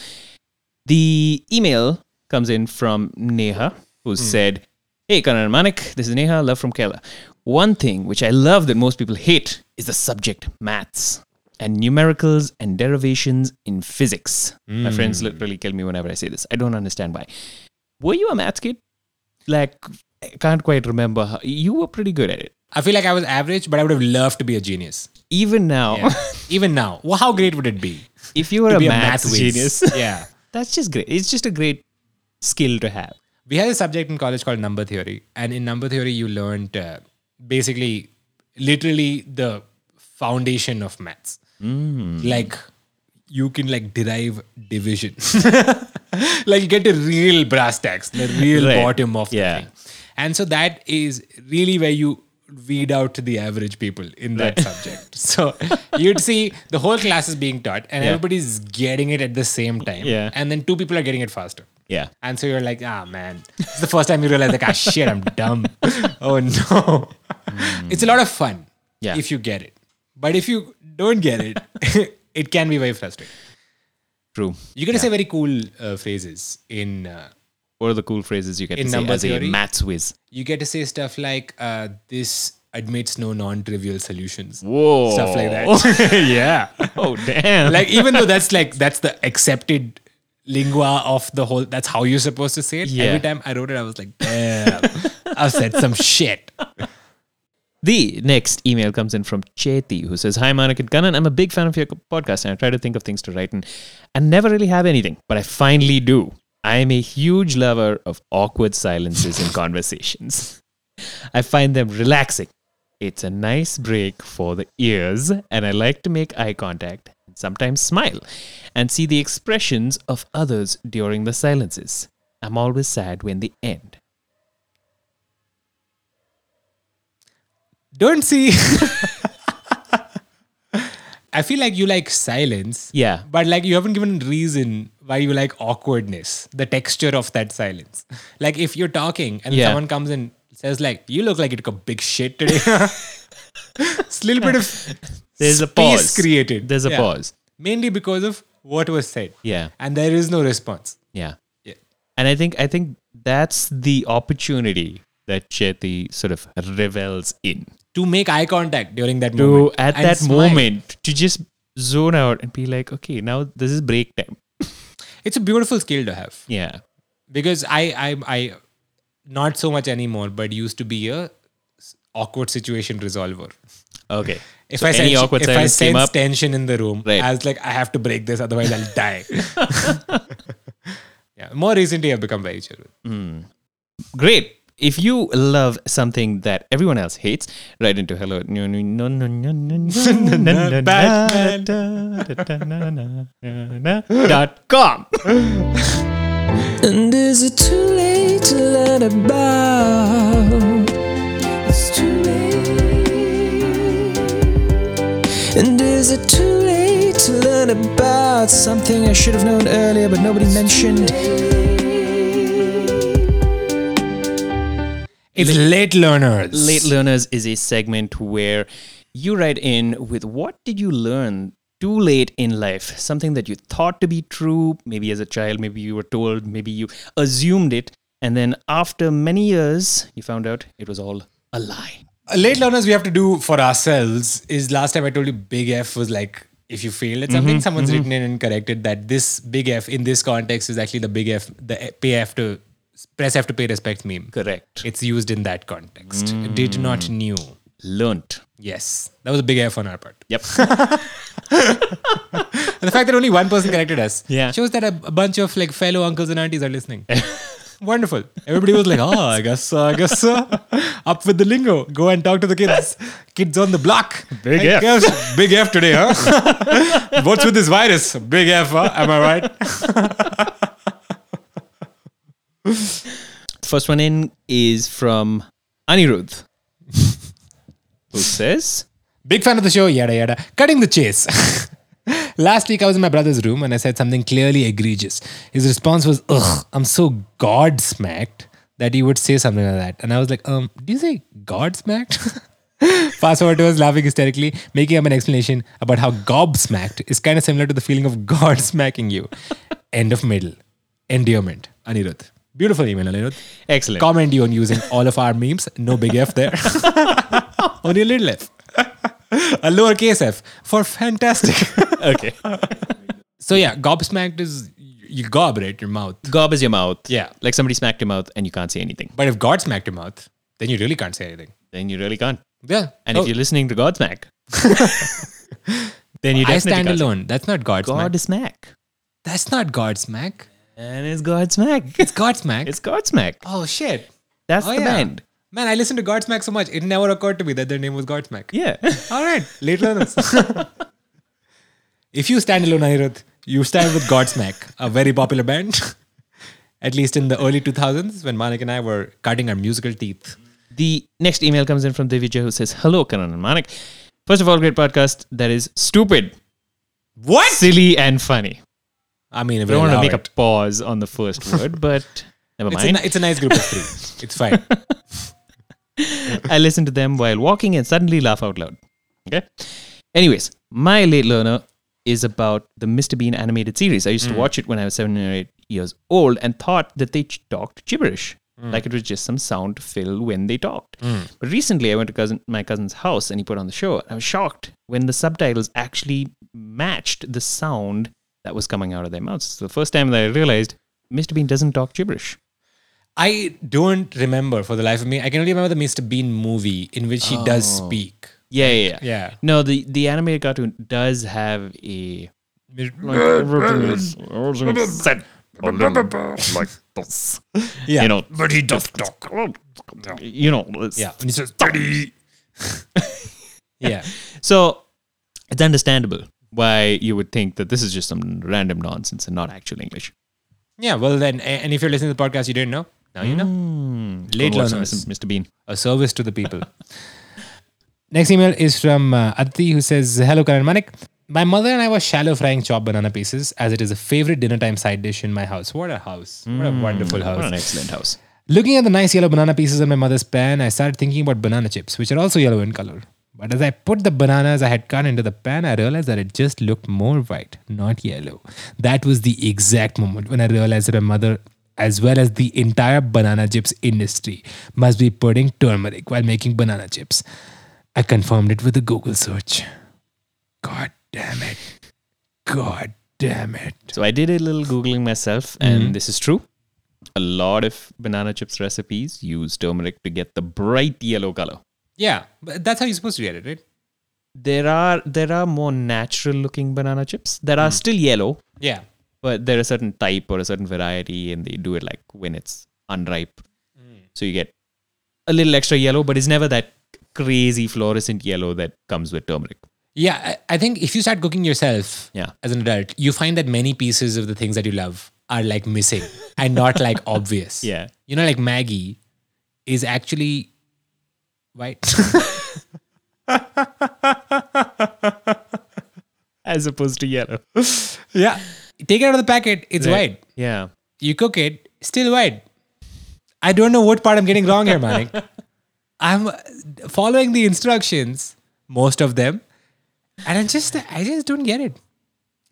Speaker 4: The email comes in from Neha, who said, Hey, Karan and Manik, this is Neha, love from Kerala. One thing which I love that most people hate is the subject maths and numericals and derivations in physics. My friends literally kill me whenever I say this. I don't understand why. Were you a maths kid? Like, I can't quite remember. How, you were pretty good at it.
Speaker 3: I feel like I was average, but I would have loved to be a genius.
Speaker 4: Even now,
Speaker 3: Even now. Well, how great would it be?
Speaker 4: if you were
Speaker 3: To
Speaker 4: a
Speaker 3: be
Speaker 4: maths
Speaker 3: whiz.
Speaker 4: genius,
Speaker 3: yeah.
Speaker 4: that's just great. It's just a great skill to have.
Speaker 3: we had a subject in college called number theory and in number theory you learned uh, basically literally the foundation of maths
Speaker 4: Hmm.
Speaker 3: like you can like derive division like you get the real brass tacks the real
Speaker 4: Right.
Speaker 3: bottom of
Speaker 4: Yeah.
Speaker 3: the thing and so that is really where you weed out the average people in that subject so you'd see the whole class is being taught and
Speaker 4: Yeah.
Speaker 3: everybody's getting it at the same time
Speaker 4: Yeah.
Speaker 3: and then two people are getting it faster
Speaker 4: Yeah.
Speaker 3: and so you're like, ah, man. It's the first time you realize, like, ah, shit, I'm dumb. oh, no. It's a lot of fun
Speaker 4: Hmm. Yeah.
Speaker 3: if you get it. But if you don't get it, it can be very frustrating.
Speaker 4: True.
Speaker 3: You can say very cool uh, phrases in. Uh,
Speaker 4: What are the cool phrases you get
Speaker 3: In
Speaker 4: to say
Speaker 3: number
Speaker 4: as
Speaker 3: theory?
Speaker 4: a maths whiz?
Speaker 3: you get to say stuff like, uh, this admits no non trivial solutions.
Speaker 4: Whoa.
Speaker 3: Stuff like that. yeah.
Speaker 4: Oh, damn.
Speaker 3: Like, even though that's like, that's the accepted lingua of the whole, that's how you're supposed to say it.
Speaker 4: Yeah.
Speaker 3: Every time I wrote it, I was like, damn, I've said some shit.
Speaker 4: the next email comes in from Cheti, who says, Hi, Manik and Kanan. I'm a big fan of your podcast, and I try to think of things to write in and never really have anything, but I finally do. I am a huge lover of awkward silences in conversations. I find them relaxing. It's a nice break for the ears, and I like to make eye contact and sometimes smile and see the expressions of others during the silences. I'm always sad when they end.
Speaker 3: don't see i feel like you like silence
Speaker 4: Yeah.
Speaker 3: but like you haven't given reason why you like awkwardness the texture of that silence like if you're talking and
Speaker 4: Yeah.
Speaker 3: someone comes and says like, "You look like you took a big shit today." it's a little bit of
Speaker 4: There's a
Speaker 3: space
Speaker 4: pause.
Speaker 3: created.
Speaker 4: There's a
Speaker 3: Yeah.
Speaker 4: pause.
Speaker 3: mainly because of what was said.
Speaker 4: Yeah.
Speaker 3: and there is no response.
Speaker 4: Yeah.
Speaker 3: Yeah.
Speaker 4: And I think I think that's the opportunity that Chetty sort of revels in.
Speaker 3: To make eye contact during that
Speaker 4: To
Speaker 3: moment,
Speaker 4: at
Speaker 3: and
Speaker 4: that
Speaker 3: smile.
Speaker 4: moment to just zone out and be like, okay, now this is break time.
Speaker 3: it's a beautiful skill to have.
Speaker 4: Yeah.
Speaker 3: because I I I not so much anymore, but used to be a s- awkward situation resolver.
Speaker 4: Okay.
Speaker 3: If
Speaker 4: So
Speaker 3: I
Speaker 4: any
Speaker 3: sense,
Speaker 4: awkward
Speaker 3: if I
Speaker 4: silence came
Speaker 3: sense
Speaker 4: up,
Speaker 3: tension in the room,
Speaker 4: Right.
Speaker 3: I was like, I have to break this, otherwise I'll die. yeah. More recently, I've become very chill.
Speaker 4: great. If you love something that everyone else hates, write into hello. No, no, no, no, no, no, no, no,
Speaker 3: Batman.
Speaker 4: da, da, da, na, na, na, na, dot com.
Speaker 1: And is it too late to let it bow? It's too late. And is it too late to learn about something I should have known earlier but nobody mentioned?
Speaker 3: It's late learners.
Speaker 4: Late Learners is a segment where you write in with what did you learn too late in life? Something that you thought to be true, maybe as a child, maybe you were told, maybe you assumed it. And then after many years, you found out it was all a lie.
Speaker 3: late learners we have to do for ourselves is last time I told you big F was like if you failed at
Speaker 4: Mm-hmm,
Speaker 3: something, someone's written in and corrected that this big F in this context is actually the big F, the pay F to press F to pay respect meme.
Speaker 4: Correct.
Speaker 3: It's used in that context. Did not
Speaker 4: Hmm.
Speaker 3: knew.
Speaker 4: Learned.
Speaker 3: Yes, that was a big F on our part.
Speaker 4: Yep.
Speaker 3: And the fact that only one person corrected us
Speaker 4: Yeah.
Speaker 3: shows that a, a bunch of like fellow uncles and aunties are listening. Wonderful. Everybody was like, "Oh, I guess, so, I guess, so. up with the lingo. Go and talk to the kids. Kids on the block.
Speaker 4: Big
Speaker 3: I
Speaker 4: F.
Speaker 3: guess- big F today, huh? What's with this virus? Big F. Huh? Am I right?
Speaker 4: First one in is from Anirudh, who says,
Speaker 3: Big fan of the show, yada yada. Cutting the chase. Last week I was in my brother's room and I said something clearly egregious. His response was, Ugh, I'm so godsmacked that he would say something like that. And I was like, um, do you say godsmacked? Fast forward to us laughing hysterically, making up an explanation about how gobsmacked is kind of similar to the feeling of God smacking you. End of middle. Endearment. Anirudh. Beautiful email, Anirudh.
Speaker 4: Excellent.
Speaker 3: Comment you on using all of our memes. No big F there. Only a little F. a lowercase f for fantastic.
Speaker 4: okay.
Speaker 3: so yeah, gobsmacked is you gob right your mouth.
Speaker 4: Gob is your mouth.
Speaker 3: Yeah.
Speaker 4: Like somebody smacked your mouth and you can't say anything.
Speaker 3: But if God smacked your mouth, then you really can't say anything.
Speaker 4: Then you really can't.
Speaker 3: Yeah.
Speaker 4: And
Speaker 3: Oh,
Speaker 4: if you're listening to Godsmack, then you
Speaker 3: I
Speaker 4: definitely
Speaker 3: stand
Speaker 4: can't say-
Speaker 3: alone. That's not God, smack.
Speaker 4: Godsmack.
Speaker 3: That's not God smack.
Speaker 4: And it's Godsmack.
Speaker 3: It's God smack.
Speaker 4: It's Godsmack.
Speaker 3: oh shit.
Speaker 4: That's
Speaker 3: Oh,
Speaker 4: the
Speaker 3: yeah.
Speaker 4: band.
Speaker 3: Man, I listened to Godsmack so much, it never occurred to me that their name was Godsmack.
Speaker 4: Yeah.
Speaker 3: All right, late learners. if you stand alone, Anirudh, you stand with Godsmack, a very popular band. At least in the early 2000s, when Manik and I were cutting our musical teeth.
Speaker 4: The next email comes in from Divija who says, Hello, Karan and Manik. First of all, great podcast that is stupid,
Speaker 3: What?
Speaker 4: silly, and funny.
Speaker 3: I mean,
Speaker 4: I don't want to make a pause on the first word, but never
Speaker 3: It's a,
Speaker 4: mind.
Speaker 3: ni- it's a nice group of three. It's fine.
Speaker 4: I listen to them while walking and suddenly laugh out loud. Okay. Anyways, my late learner is about the Mr. Bean animated series. I used to watch it when I was seven or eight years old and thought that they ch- talked gibberish, like it was just some sound to fill when they talked. But recently, I went to cousin my cousin's house and he put on the show. I was shocked when the subtitles actually matched the sound that was coming out of their mouths. So the first time that I realized Mr. Bean doesn't talk gibberish.
Speaker 3: I don't remember for the life of me. I can only remember the Mr. Bean movie in which he does speak.
Speaker 4: Yeah, yeah, yeah.
Speaker 3: Yeah.
Speaker 4: No, the the animated cartoon does have a
Speaker 3: uh,
Speaker 6: said on them like this.
Speaker 3: Yeah.
Speaker 4: you know,
Speaker 6: But he does talk.
Speaker 4: you know, it's-
Speaker 3: Yeah.
Speaker 6: He says, Daddy.
Speaker 3: Yeah.
Speaker 4: So it's understandable why you would think that this is just some random nonsense and not actual English.
Speaker 3: Yeah. Well, then, a- and if you're listening to the podcast, you didn't know. Now you know.
Speaker 4: Hmm.
Speaker 3: Late
Speaker 4: Go watch some
Speaker 3: learners.
Speaker 4: Mr. Bean.
Speaker 3: a service to the people. Next email is from uh, Aditi who says, Hello Karan Manik. My mother and I were shallow frying chopped banana pieces as it is a favorite dinner time side dish in my house. What a house. What a wonderful house.
Speaker 4: What an excellent house.
Speaker 3: Looking at the nice yellow banana pieces in my mother's pan, I started thinking about banana chips, which are also yellow in color. But as I put the bananas I had cut into the pan, I realized that it just looked more white, not yellow. That was the exact moment when I realized that my mother, as well as the entire banana chips industry, must be putting turmeric while making banana chips. I confirmed it with a Google search. God damn it. God damn it.
Speaker 4: So I did a little googling myself, and
Speaker 3: Mm-hmm.
Speaker 4: this is true. A lot of banana chips recipes use turmeric to get the bright yellow color.
Speaker 3: Yeah, but that's how you're supposed to get it, right?
Speaker 4: There are there are more natural looking banana chips that
Speaker 3: Mm.
Speaker 4: are still yellow,
Speaker 3: Yeah.
Speaker 4: but they're a certain type or a certain variety, and they do it like when it's unripe. So you get a little extra yellow, but it's never that crazy fluorescent yellow that comes with turmeric.
Speaker 3: Yeah, I, I think if you start cooking yourself
Speaker 4: Yeah.
Speaker 3: as an adult, you find that many pieces of the things that you love are like missing and not like obvious.
Speaker 4: Yeah.
Speaker 3: You know, like Maggie is actually white.
Speaker 4: As opposed to yellow.
Speaker 3: yeah. Take it out of the packet, it's white.
Speaker 4: Yeah.
Speaker 3: You cook it, still white. I don't know what part I'm getting wrong here, Manik. I'm following the instructions, most of them, and I just I just don't get it.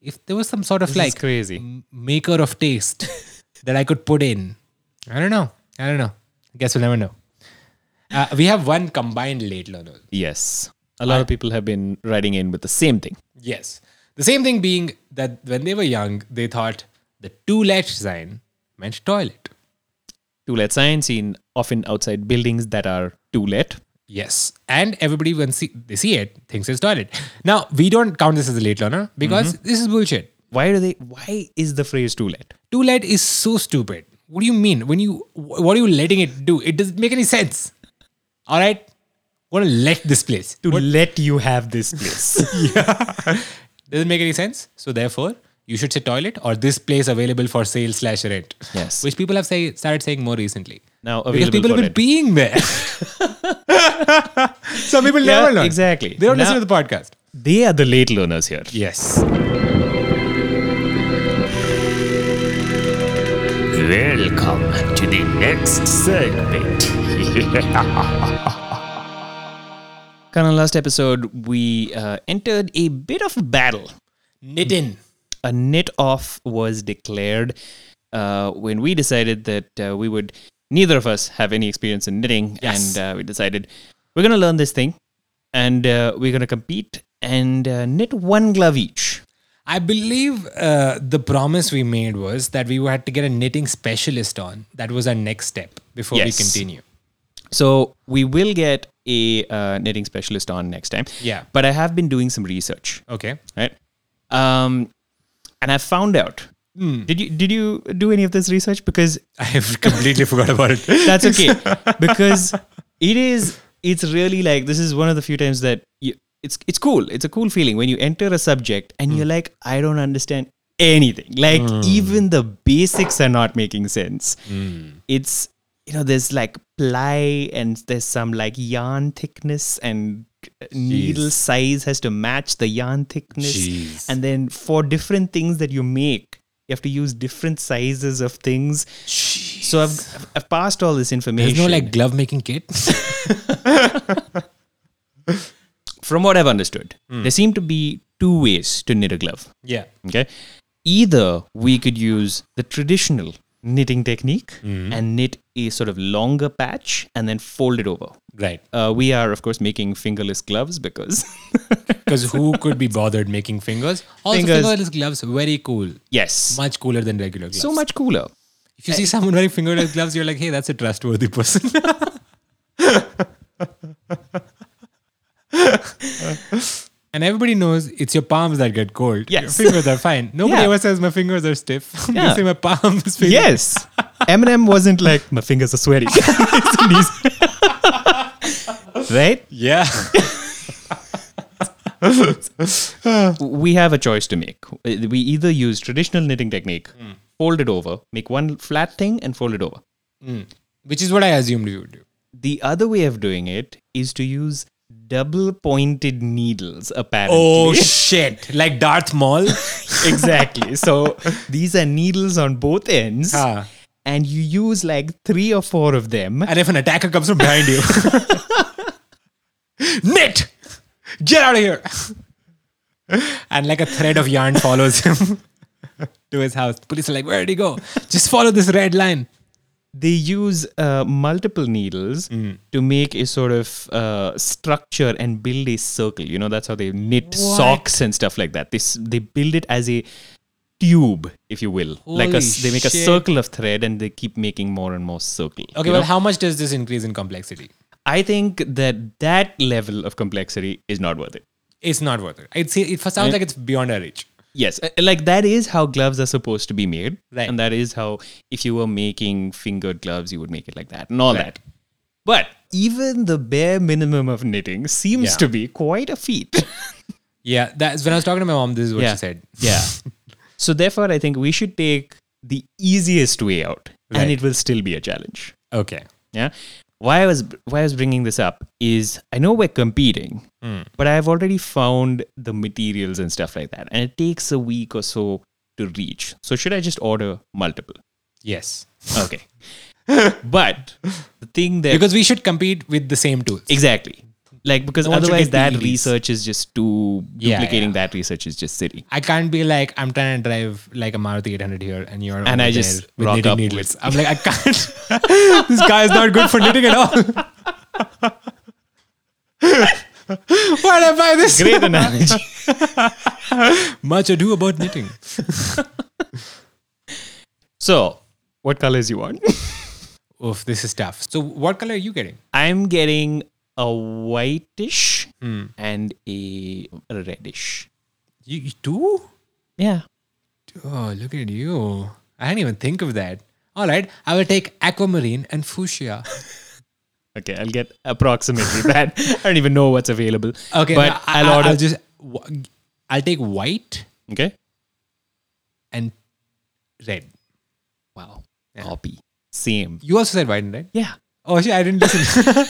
Speaker 3: If there was some sort of
Speaker 4: This is
Speaker 3: like
Speaker 4: crazy.
Speaker 3: m- maker of taste that I could put in. I don't know. I don't know. I guess we'll never know. Uh, we have one combined late learner.
Speaker 4: Yes. A lot of people have been writing in with the same thing.
Speaker 3: Yes. The same thing being that when they were young, they thought the two let sign meant toilet.
Speaker 4: Two let signs seen often outside buildings that are two let.
Speaker 3: Yes. And everybody, when see, they see it, thinks it's toilet. Now, we don't count this as a late learner because this is bullshit.
Speaker 4: Why do they? Why is the phrase two let?
Speaker 3: Two let is so stupid. What do you mean? When you, wh- what are you letting it do? It doesn't make any sense. All right? want to let this place.
Speaker 4: To let you have this place.
Speaker 3: doesn't make any sense. So therefore, you should say toilet or this place available for sale slash rent.
Speaker 4: Yes.
Speaker 3: which people have say, started saying more recently.
Speaker 4: Now
Speaker 3: because
Speaker 4: available
Speaker 3: people
Speaker 4: for
Speaker 3: have been peeing there. Some people
Speaker 4: Yeah,
Speaker 3: never learn
Speaker 4: exactly.
Speaker 3: They don't
Speaker 4: Now-
Speaker 3: listen to the podcast.
Speaker 4: They are the late learners here.
Speaker 3: Yes.
Speaker 6: Welcome to the next segment.
Speaker 4: Kind of last episode, we uh, entered a bit of a battle.
Speaker 3: Knitting.
Speaker 4: A knit off was declared uh, when we decided that uh, we would neither of us have any experience in knitting,
Speaker 3: Yes.
Speaker 4: and uh, we decided we're going to learn this thing, and uh, we're going to compete and uh, knit one glove each.
Speaker 3: I believe uh, the promise we made was that we had to get a knitting specialist on. That was our next step before we
Speaker 4: Yes.
Speaker 3: continue.
Speaker 4: So we will get a uh, knitting specialist on next time.
Speaker 3: Yeah.
Speaker 4: But I have been doing some research,
Speaker 3: Okay.
Speaker 4: right? Um, and I found out. Did you did you do any of this research? Because
Speaker 3: I have completely forgot about it.
Speaker 4: that's okay. because it is it's really like this is one of the few times that you, it's it's cool. It's a cool feeling when you enter a subject and you're like, I don't understand anything. Like even the basics are not making sense. It's you know there's like ply and there's some like yarn thickness and needle size has to match the yarn thickness
Speaker 3: Jeez.
Speaker 4: and then for different things that you make you have to use different sizes of things so I've, I've- I've passed all this information.
Speaker 3: There's no like glove making kit.
Speaker 4: from what I've understood, there seem to be two ways to knit a glove.
Speaker 3: yeah.
Speaker 4: Okay, either we could use the traditional knitting technique and knit a sort of longer patch and then fold it over.
Speaker 3: Right.
Speaker 4: Uh, we are of course making fingerless gloves because
Speaker 3: Because who could be bothered making fingers? Also,
Speaker 4: Fingers.
Speaker 3: fingerless gloves very cool,
Speaker 4: yes,
Speaker 3: much cooler than regular gloves.
Speaker 4: so much cooler.
Speaker 3: If you see someone wearing fingerless gloves, you're like, hey, that's a trustworthy person. and everybody knows it's your palms that get cold.
Speaker 4: Yes.
Speaker 3: Your fingers are fine. Nobody
Speaker 4: Yeah.
Speaker 3: ever says my fingers are stiff.
Speaker 4: Yeah.
Speaker 3: they say my palms. feel-
Speaker 4: Yes. Eminem wasn't like, my fingers are sweaty. It's an easy- right?
Speaker 3: Yeah.
Speaker 4: we have a choice to make. Uh, We either use traditional knitting technique, fold it over, make one flat thing and fold it over.
Speaker 3: Which is what I assumed you would do.
Speaker 4: The other way of doing it is to use double pointed needles, apparently.
Speaker 3: Oh, shit. Like Darth Maul?
Speaker 4: exactly. So these are needles on both ends.
Speaker 3: Ah.
Speaker 4: and you use like three or four of them.
Speaker 3: And if an attacker comes from behind you, Nit! Get out of here! and like a thread of yarn follows him to his house. Police are like, Where did he go? Just follow this red line.
Speaker 4: They use uh, multiple needles to make a sort of uh, structure and build a circle. You know, that's how they knit socks and stuff like that. They, s- they build it as a tube, if you will. like a,
Speaker 3: Holy
Speaker 4: s- they make a
Speaker 3: shit.
Speaker 4: circle of thread and they keep making more and more circle.
Speaker 3: Okay,
Speaker 4: you
Speaker 3: well,
Speaker 4: know?
Speaker 3: how much does this increase in complexity?
Speaker 4: I think that that level of complexity is not worth it.
Speaker 3: It's not worth it. It's, it sounds like it's beyond our reach.
Speaker 4: Yes, uh, like that is how gloves are supposed to be made,
Speaker 3: Right.
Speaker 4: and that is how if you were making fingered gloves, you would make it like that and all that. But even the bare minimum of knitting seems
Speaker 3: Yeah.
Speaker 4: to be quite a feat.
Speaker 3: Yeah, that's when I was talking to my mom, this is what she said.
Speaker 4: Yeah. so therefore, I think we should take the easiest way out,
Speaker 3: Right.
Speaker 4: and it will still be a challenge.
Speaker 3: Okay.
Speaker 4: Yeah. Why I was why I was bringing this up is I know we're competing,
Speaker 3: Hmm.
Speaker 4: but I've already found the materials and stuff like that, and it takes a week or so to reach. So should I just order multiple?
Speaker 3: Yes.
Speaker 4: Okay. but the thing that
Speaker 3: Because we should compete with the same tools.
Speaker 4: exactly like because
Speaker 3: No one should
Speaker 4: otherwise
Speaker 3: get
Speaker 4: that
Speaker 3: PEDs.
Speaker 4: research is just too
Speaker 3: Yeah,
Speaker 4: duplicating
Speaker 3: yeah.
Speaker 4: that research is just silly.
Speaker 3: I can't be like I'm trying to drive like a Maruti 800 here, and you're
Speaker 4: And
Speaker 3: over
Speaker 4: I just
Speaker 3: there with
Speaker 4: rock
Speaker 3: knitting
Speaker 4: up
Speaker 3: needles. I'm like I can't. this guy is not good for knitting at all. Why did I buy this?
Speaker 4: Great analogy.
Speaker 3: Much ado about knitting.
Speaker 4: so, what colors you want?
Speaker 3: Oof, this is tough. So, what color are you getting?
Speaker 4: I'm getting a whitish
Speaker 3: Hmm.
Speaker 4: and a reddish.
Speaker 3: You, you two?
Speaker 4: Yeah.
Speaker 3: Oh, look at you! I didn't even think of that. All right, I will take aquamarine and fuchsia.
Speaker 4: Okay, I'll get approximately that. I don't even know what's available.
Speaker 3: Okay,
Speaker 4: but
Speaker 3: no, I,
Speaker 4: I'll order.
Speaker 3: I'll just wh- I'll take white
Speaker 4: okay.
Speaker 3: and red.
Speaker 4: Wow. Copy. Same.
Speaker 3: You also said white and red.
Speaker 4: Yeah.
Speaker 3: Oh shit, I didn't listen.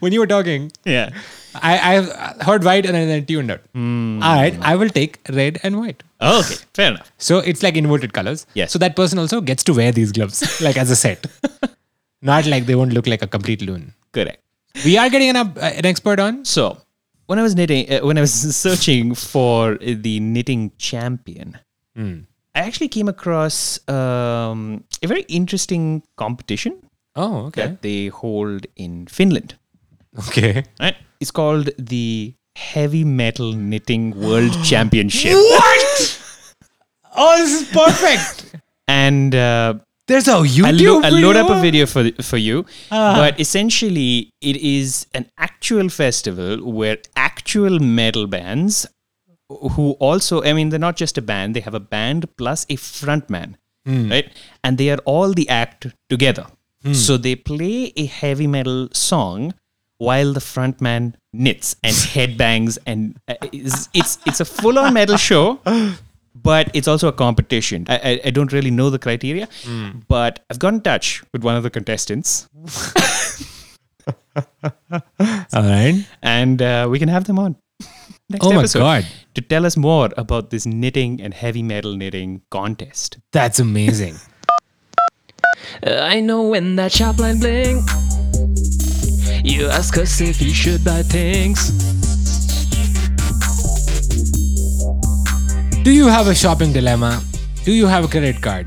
Speaker 3: when you were talking,
Speaker 4: Yeah.
Speaker 3: I, I heard white and then I tuned out. All right, I will take red and white.
Speaker 4: Okay. Fair enough.
Speaker 3: So it's like inverted colors.
Speaker 4: Yes.
Speaker 3: So that person also gets to wear these gloves, like as a set. Not like they won't look like a complete loon.
Speaker 4: Correct.
Speaker 3: We are getting an, up- uh, an expert on.
Speaker 4: So when I was knitting, uh, when I was searching for the knitting champion,
Speaker 3: Hmm.
Speaker 4: I actually came across um, a very interesting competition
Speaker 3: Oh, okay.
Speaker 4: that they hold in Finland.
Speaker 3: Okay.
Speaker 4: Right? It's called the Heavy Metal Knitting World Championship,
Speaker 3: What? oh, this is perfect.
Speaker 4: and. Uh,
Speaker 3: There's a YouTube
Speaker 4: I'll, lo- I'll load up a
Speaker 3: video. Ah.
Speaker 4: video for for you. But essentially, it is an actual festival where actual metal bands, who also, I mean, they're not just a band; they have a band plus a frontman, right? And they are all the act together. So they play a heavy metal song while the frontman knits and headbangs, and uh, it's it's, it's a full-on metal show but it's also a competition. I, I, I don't really know the criteria,
Speaker 3: Hmm.
Speaker 4: but I've got in touch with one of the contestants,
Speaker 3: All right.
Speaker 4: and uh, we can have them on next
Speaker 3: Oh my
Speaker 4: episode
Speaker 3: God.
Speaker 4: to tell us more about this knitting and heavy metal knitting contest.
Speaker 3: That's amazing.
Speaker 7: Uh, I know when that shop line bling. You ask us if you should buy things.
Speaker 3: Do you have a shopping dilemma? Do you have a credit card?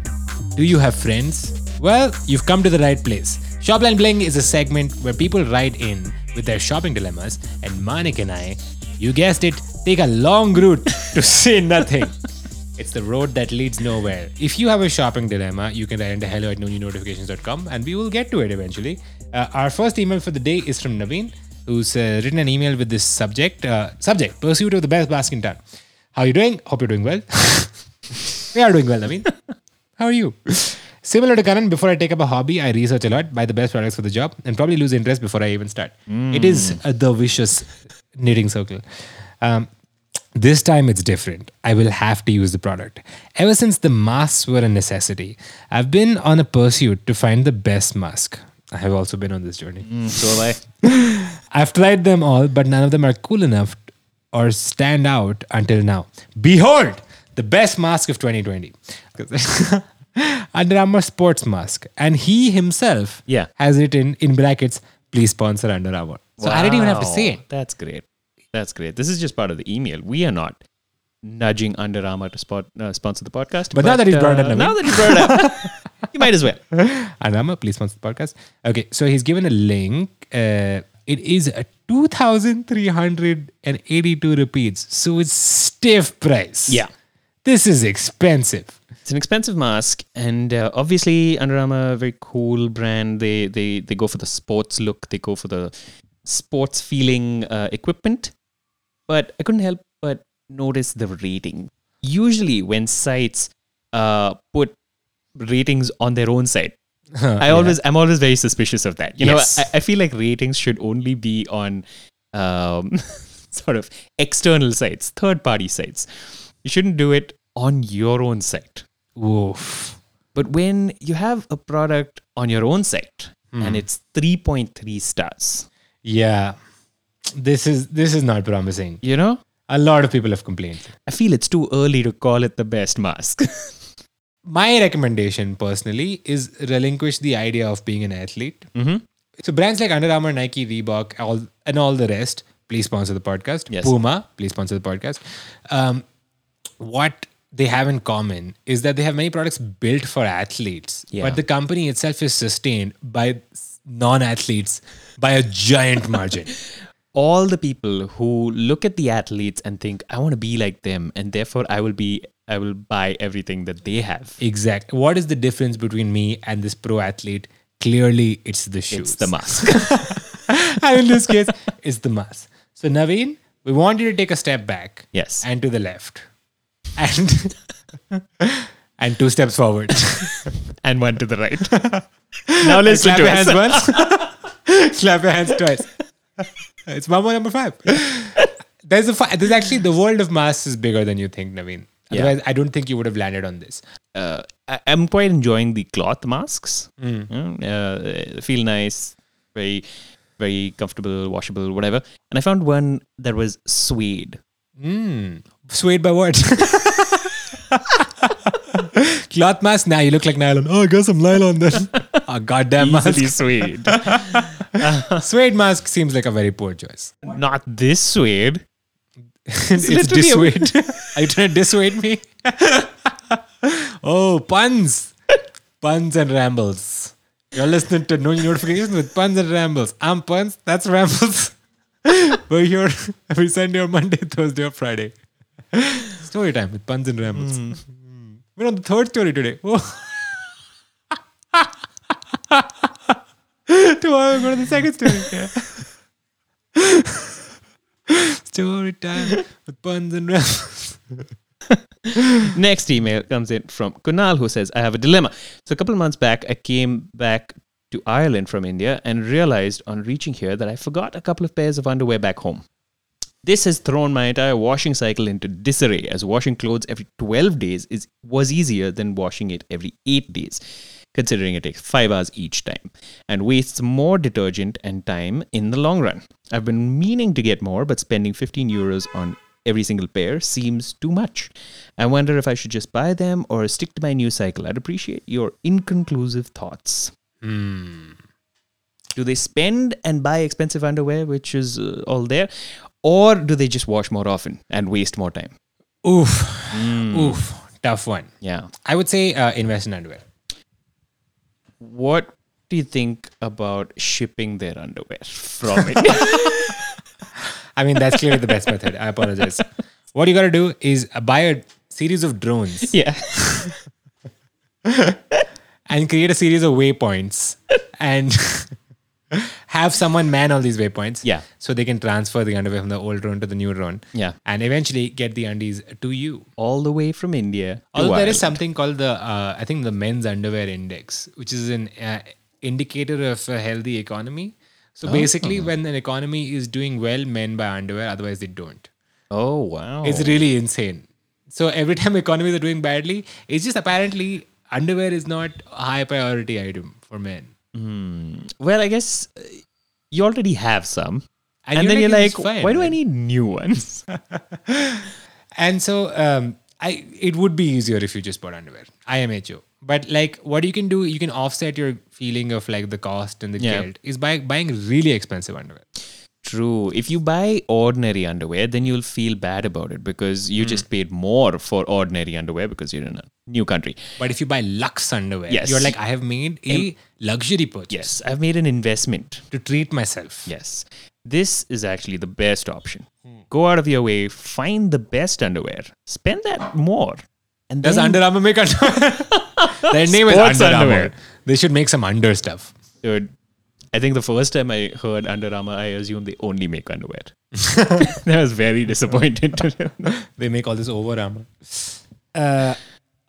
Speaker 3: Do you have friends? Well, you've come to the right place. Shopline Bling is a segment where people write in with their shopping dilemmas, and Manik and I, you guessed it, take a long route to say nothing. It's the road that leads nowhere. If you have a shopping dilemma, you can write into hello at notifications.com and we will get to it eventually. Uh, our first email for the day is from Naveen, who's uh, written an email with this subject uh, Subject Pursuit of the Best Basque in Town. How you doing? Hope you're doing well. we are doing well, Naveen. How are you? Similar to Karan, before I take up a hobby, I research a lot, buy the best products for the job, and probably lose interest before I even start. It is uh, the vicious knitting circle. Um, this time it's different. I will have to use the product. Ever since the masks were a necessity, I've been on a pursuit to find the best mask. I have also been on this journey.
Speaker 4: Mm, So I
Speaker 3: I've tried them all, but none of them are cool enough or stand out until now. Behold, the best mask of 2020. Under Armour sports mask, and he himself
Speaker 4: Yeah.
Speaker 3: has written in brackets, "Please sponsor Under Armour." So I didn't even have to say it.
Speaker 4: Wow. That's great. That's great. This is just part of the email. We are not nudging Under Armour to spot, uh, sponsor the podcast.
Speaker 3: But now that he's brought it up,
Speaker 4: uh,
Speaker 3: Naveen.
Speaker 4: now that he's brought it up, you might as well.
Speaker 3: And Rama, please sponsor the podcast. Okay, so he's given a link. Uh, it is a 2,382 rupees. So it's stiff price.
Speaker 4: Yeah.
Speaker 3: This is expensive.
Speaker 4: It's an expensive mask, and uh, obviously Under Armour, very cool brand. They they they go for the sports look. They go for the sports feeling uh, equipment. But I couldn't help but notice the rating. Usually, when sites uh, put ratings on their own site, I always I'm always very suspicious of that. You
Speaker 3: Yes.
Speaker 4: know, I, I feel like ratings should only be on um, sort of external sites, third party sites. You shouldn't do it on your own site.
Speaker 3: Oof.
Speaker 4: But when you have a product on your own site
Speaker 3: Hmm.
Speaker 4: and it's 3.3 stars,
Speaker 3: Yeah. This is this is not promising.
Speaker 4: you know,
Speaker 3: A lot of people have complained.
Speaker 4: I feel it's too early to call it the best mask.
Speaker 3: My recommendation personally is relinquish the idea of being an athlete. Mm-hmm. So brands like Under Armour, Nike, Reebok, all, and all the rest, please sponsor the podcast.
Speaker 4: Yes.
Speaker 3: Puma, please sponsor the podcast. Um, what they have in common is that they have many products built for athletes,
Speaker 4: Yeah.
Speaker 3: but the company itself is sustained by s- non-athletes by a giant margin.
Speaker 4: All the people who look at the athletes and think, I want to be like them, and therefore I will be, I will buy everything that they have.
Speaker 3: exact. What is the difference between me and this pro athlete? Clearly, it's the shoes.
Speaker 4: It's the mask.
Speaker 3: and in this case, it's the mass. So, Naveen, we want you to take a step back.
Speaker 4: Yes.
Speaker 3: And to the left. And and two steps forward.
Speaker 4: and one to the right. now listen
Speaker 3: Clap
Speaker 4: to
Speaker 3: your
Speaker 4: us.
Speaker 3: hands once. Clap your hands twice. It's Mambo number five. There's a fi- there's actually the world of mass is bigger than you think, Naveen.
Speaker 4: Yeah.
Speaker 3: Otherwise, I don't think you would have landed on this.
Speaker 4: uh, I, I'm quite enjoying the cloth masks. Mm, uh, they feel nice, very, very comfortable, washable, whatever. And I found one that was suede.
Speaker 3: Swayed by what? Cloth mask? Now you look like nylon. Oh, I guess I'm nylon then. oh, goddamn mask.
Speaker 4: Easily suede.
Speaker 3: Suede mask seems like a very poor choice.
Speaker 4: Not this suede.
Speaker 3: It's,
Speaker 4: literally
Speaker 3: dissuade. Are you trying to dissuade me? oh, puns. Puns and rambles. You're listening to No New Notifications with puns and rambles. I'm puns, that's rambles. We're here every Sunday or Monday, Thursday or Friday. Story time with puns and rambles. We're on the third story today. Oh. Whoa. Tomorrow we're going to the second story. Story time with puns and rambles.
Speaker 4: Next email comes in from Kunal, who says, I have a dilemma. So a couple of months back, I came back to Ireland from India and realized on reaching here that I forgot a couple of pairs of underwear back home. This has thrown my entire washing cycle into disarray as washing clothes every 12 days is, was easier than washing it every 8 days, considering it takes 5 hours each time and wastes more detergent and time in the long run. I've been meaning to get more, but spending 15 euros on every single pair seems too much. I wonder if I should just buy them or stick to my new cycle. I'd appreciate your inconclusive thoughts. Do they spend and buy expensive underwear, which is uh, all there, or do they just wash more often and waste more time?
Speaker 3: Oof.
Speaker 4: Hmm.
Speaker 3: Oof. Tough one.
Speaker 4: Yeah.
Speaker 3: I would say uh, invest in underwear.
Speaker 4: What do you think about shipping their underwear from it?
Speaker 3: I mean, that's clearly the best method. I apologize. What you got to do is uh, buy a series of drones
Speaker 4: yeah.
Speaker 3: and create a series of waypoints and have someone man all these waypoints.
Speaker 4: Yeah.
Speaker 3: So they can transfer the underwear from the old drone to the new drone.
Speaker 4: Yeah.
Speaker 3: And eventually get the undies to you.
Speaker 4: All the way from India. to
Speaker 3: Although there is
Speaker 4: Ireland.
Speaker 3: something called the, uh, I think the men's underwear index, which is an uh, indicator of a healthy economy. So
Speaker 4: Oh.
Speaker 3: basically,
Speaker 4: Uh-huh.
Speaker 3: when an economy is doing well, men buy underwear, otherwise they don't.
Speaker 4: Oh, wow.
Speaker 3: It's really insane. So every time economies are doing badly, it's just apparently underwear is not a high priority item for men.
Speaker 4: well, I guess uh, you already have some.
Speaker 3: And
Speaker 4: And,
Speaker 3: you're like,
Speaker 4: then you're like,
Speaker 3: "It's fine,
Speaker 4: why do I
Speaker 3: man."
Speaker 4: need new ones?
Speaker 3: And so um, I it would be easier if you just bought underwear. IMHO. But like what you can do, you can offset your feeling of like the cost and the
Speaker 4: Yeah.
Speaker 3: guilt is by buying really expensive underwear.
Speaker 4: True. If you buy ordinary underwear, then you'll feel bad about it because
Speaker 3: Hmm.
Speaker 4: you just paid more for ordinary underwear because you're in a new country.
Speaker 3: But if you buy luxe underwear,
Speaker 4: Yes.
Speaker 3: you're like, I have made a luxury purchase
Speaker 4: Yes, I've made an investment.
Speaker 3: to treat myself.
Speaker 4: Yes. This is actually the best option. Go out of your way, find the best underwear, spend that more. And
Speaker 3: Does
Speaker 4: then
Speaker 3: Under Armour make underwear? Their name is
Speaker 4: Mm. Sports
Speaker 3: Under Armour.
Speaker 4: underwear.
Speaker 3: They should make some under stuff.
Speaker 4: Dude, I think the first time I heard Under Armour, I assumed they only make underwear. I was very disappointed.
Speaker 3: They make all this over armor. Uh,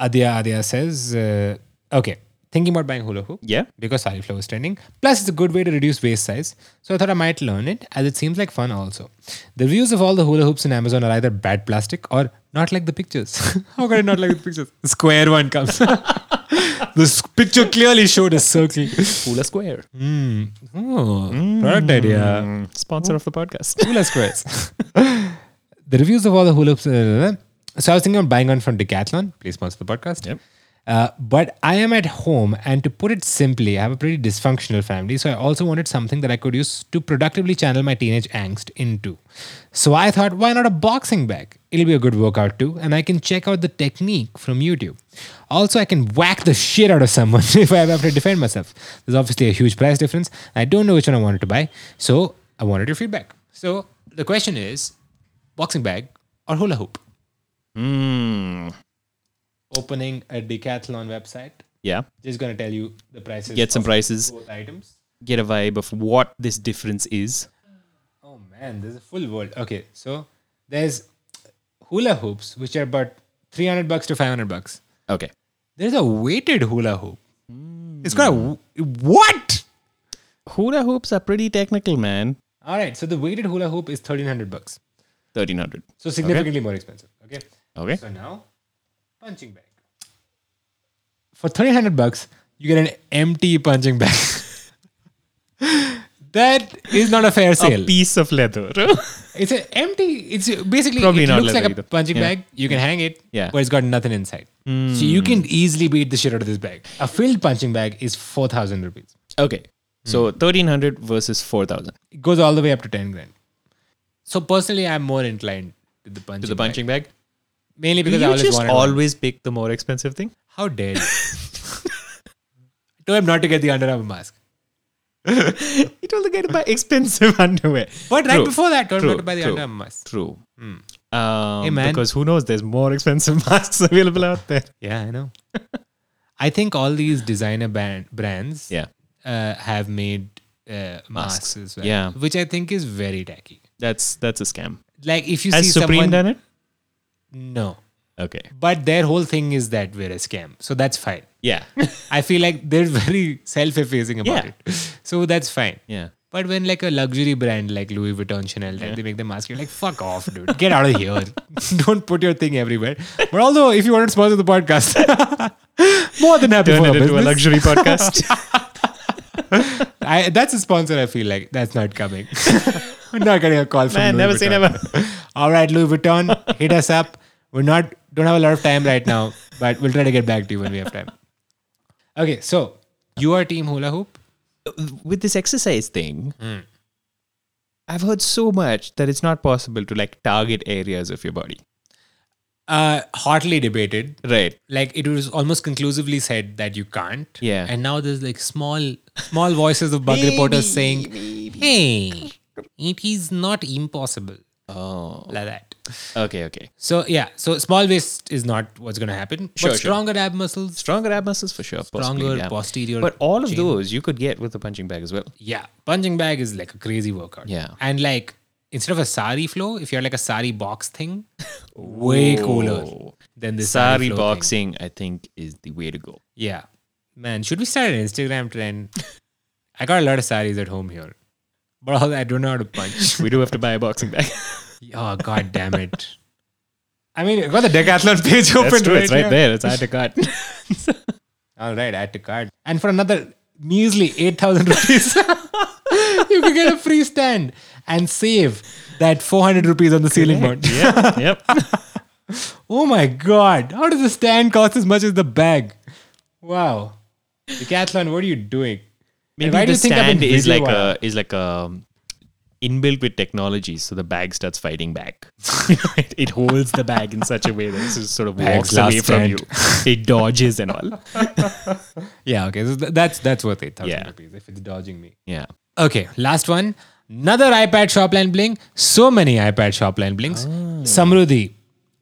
Speaker 3: Adya Adya says, uh, okay, thinking about buying hula hoop.
Speaker 4: yeah.
Speaker 3: because Sariflow is trending. Plus, it's a good way to reduce waist size. So I thought I might learn it, as it seems like fun also. The reviews of all the hula hoops in Amazon are either bad plastic or not like the pictures. How could I not like the pictures? The square one comes. this picture clearly showed a circle.
Speaker 4: Hula Square,
Speaker 3: Oh, product idea.
Speaker 4: Hmm. sponsor of the podcast.
Speaker 3: Hula squares. the reviews of all the hula hoops. uh, so I was thinking of buying one from Decathlon. Please sponsor the podcast.
Speaker 4: Yep.
Speaker 3: Uh, but I am at home, and to put it simply, I have a pretty dysfunctional family, so I also wanted something that I could use to productively channel my teenage angst into. So I thought, why not a boxing bag? It'll be a good workout too, and I can check out the technique from YouTube. Also, I can whack the shit out of someone if I ever have to defend myself. There's obviously a huge price difference. I don't know which one I wanted to buy, so I wanted your feedback. So the question is boxing bag or hula hoop? Opening a decathlon website
Speaker 4: Yeah.
Speaker 3: just gonna tell you the prices.
Speaker 4: Get some
Speaker 3: of
Speaker 4: prices.
Speaker 3: both items.
Speaker 4: Get a vibe of what this difference is.
Speaker 3: Oh man, there's a full world. Okay, so there's hula hoops, which are about 300 bucks to 500 bucks.
Speaker 4: Okay.
Speaker 3: There's a weighted hula hoop. Hmm. It's got a w- what?
Speaker 4: Hula hoops are pretty technical, man.
Speaker 3: All right, so the weighted hula hoop is 1300 bucks.
Speaker 4: 1300.
Speaker 3: So significantly more expensive. Okay.
Speaker 4: Okay.
Speaker 3: So now, punching bag. For 1300 bucks, you get an empty punching bag. that is not a fair sale.
Speaker 4: A piece of leather.
Speaker 3: It's an empty. It's basically
Speaker 4: Probably
Speaker 3: it
Speaker 4: not
Speaker 3: looks like
Speaker 4: leather
Speaker 3: a
Speaker 4: either.
Speaker 3: punching
Speaker 4: Yeah.
Speaker 3: bag. You can hang it,
Speaker 4: Yeah. Hmm.
Speaker 3: but it's got nothing inside. So you can easily beat the shit out of this bag. A filled punching bag is four thousand rupees.
Speaker 4: okay. So 1300 versus 4000.
Speaker 3: It goes all the way up to ten grand. So personally, I'm more inclined to the punching.
Speaker 4: To the punching bag.
Speaker 3: bag. mainly
Speaker 4: Do
Speaker 3: because I
Speaker 4: you
Speaker 3: always
Speaker 4: just
Speaker 3: wanted one.
Speaker 4: always pick the more expensive thing?
Speaker 3: How dare you? I told him not to get the Under Armour mask.
Speaker 4: You told the guy to buy expensive underwear.
Speaker 3: But right
Speaker 4: True.
Speaker 3: before that, told him
Speaker 4: True.
Speaker 3: not to buy the
Speaker 4: True.
Speaker 3: Under Armour mask.
Speaker 4: True. Um,
Speaker 3: Hey, man.
Speaker 4: Because who knows? There's more expensive masks available out there.
Speaker 3: Yeah, I know. I think all these designer band, brands,
Speaker 4: Yeah.
Speaker 3: uh, have made uh, masks.
Speaker 4: Masks.
Speaker 3: as well.
Speaker 4: Yeah.
Speaker 3: Which I think is very tacky.
Speaker 4: That's that's a scam.
Speaker 3: Like if you see
Speaker 4: Has Supreme
Speaker 3: someone,
Speaker 4: done it?
Speaker 3: no,
Speaker 4: Okay.
Speaker 3: but their whole thing is that we're a scam, so that's fine.
Speaker 4: Yeah.
Speaker 3: I feel like they're very self-effacing about
Speaker 4: Yeah.
Speaker 3: it, so that's fine.
Speaker 4: yeah.
Speaker 3: But when like a luxury brand like Louis Vuitton, Chanel, like they make the mask, you're like, fuck off, dude, get out of here, don't put your thing everywhere. But although if you want to sponsor the podcast, more than happy
Speaker 4: Turn
Speaker 3: for
Speaker 4: it
Speaker 3: our
Speaker 4: into a
Speaker 3: business.
Speaker 4: luxury podcast.
Speaker 3: I, that's a sponsor. I feel like that's not coming. We're not getting a call from.
Speaker 4: Man,
Speaker 3: Louis
Speaker 4: never
Speaker 3: Vuitton.
Speaker 4: say never.
Speaker 3: All right, Louis Vuitton, hit us up. We're not don't have a lot of time right now, but we'll try to get back to you when we have time. Okay, so you are team hula hoop.
Speaker 4: With this exercise thing,
Speaker 3: Hmm.
Speaker 4: I've heard so much that it's not possible to like target areas of your body.
Speaker 3: Uh, hotly debated.
Speaker 4: Right.
Speaker 3: Like it was almost conclusively said that you can't.
Speaker 4: Yeah.
Speaker 3: And now there's like small small voices of bug reporters saying, "Hey, it is not impossible."
Speaker 4: Oh.
Speaker 3: Like that.
Speaker 4: Okay, okay.
Speaker 3: So yeah, so small waist is not what's going to happen.
Speaker 4: Sure,
Speaker 3: but
Speaker 4: sure.
Speaker 3: stronger ab muscles,
Speaker 4: Stronger ab muscles for sure. possibly,
Speaker 3: stronger
Speaker 4: yeah.
Speaker 3: posterior.
Speaker 4: But all of
Speaker 3: chain.
Speaker 4: those you could get with a punching bag as well.
Speaker 3: Yeah, punching bag is like a crazy workout.
Speaker 4: Yeah.
Speaker 3: and like instead of a sari flow, if you're like a sari box thing, way cooler than the sari,
Speaker 4: Sari
Speaker 3: flow thing.
Speaker 4: boxing, I think, is the way to go.
Speaker 3: Yeah, man, should we start an Instagram trend? I got a lot of saris at home here, but all I don't know how to punch.
Speaker 4: We do have to buy a boxing bag.
Speaker 3: oh god damn it! I mean, I got the decathlon page open.
Speaker 4: That's true. It's
Speaker 3: here.
Speaker 4: right there. It's hard to cut.
Speaker 3: All right, add to cart. And for another measly 8,000 rupees, you can get a free stand and save that 400 rupees on the ceiling mount.
Speaker 4: yep. Yep.
Speaker 3: Oh my god, how does the stand cost as much as the bag? Wow. Decathlon, what are you doing?
Speaker 4: Maybe
Speaker 3: why do
Speaker 4: the
Speaker 3: you think I've
Speaker 4: stand
Speaker 3: been
Speaker 4: is like
Speaker 3: visualized?
Speaker 4: a is like a inbuilt with technology, so the bag starts fighting back. it, it holds the bag in such a way that it just sort of
Speaker 3: Bag's
Speaker 4: walks away
Speaker 3: last
Speaker 4: from you. It dodges and all.
Speaker 3: Yeah, okay. So th- that's that's worth it. 1000
Speaker 4: Yeah.
Speaker 3: rupees if it's dodging me.
Speaker 4: Yeah.
Speaker 3: Okay, last one. Another iPad shopline bling. So many iPad shopline blings. Samruddhi.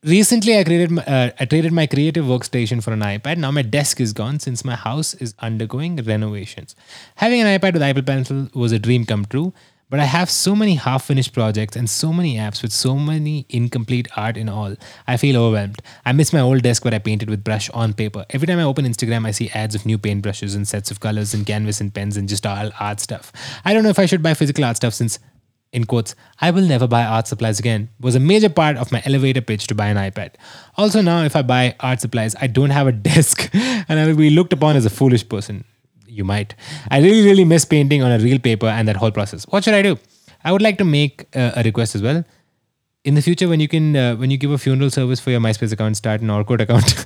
Speaker 3: Recently, I created my, uh, I traded my creative workstation for an iPad. Now my desk is gone since my house is undergoing renovations. Having an iPad with Apple Pencil was a dream come true. But I have so many half finished projects and so many apps with so many incomplete art in all. I feel overwhelmed. I miss my old desk where I painted with brush on paper. Every time I open Instagram, I see ads of new paintbrushes and sets of colors and canvas and pens and just all art stuff. I don't know if I should buy physical art stuff since, in quotes, I will never buy art supplies again was a major part of my elevator pitch to buy an iPad. Also, now if I buy art supplies, I don't have a desk and I will be looked upon as a foolish person you might. I really, really miss painting on a real paper and that whole process. What should I do? I would like to make uh, a request as well. In the future, when you can, uh, when you give a funeral service for your MySpace account, start an Orkut account.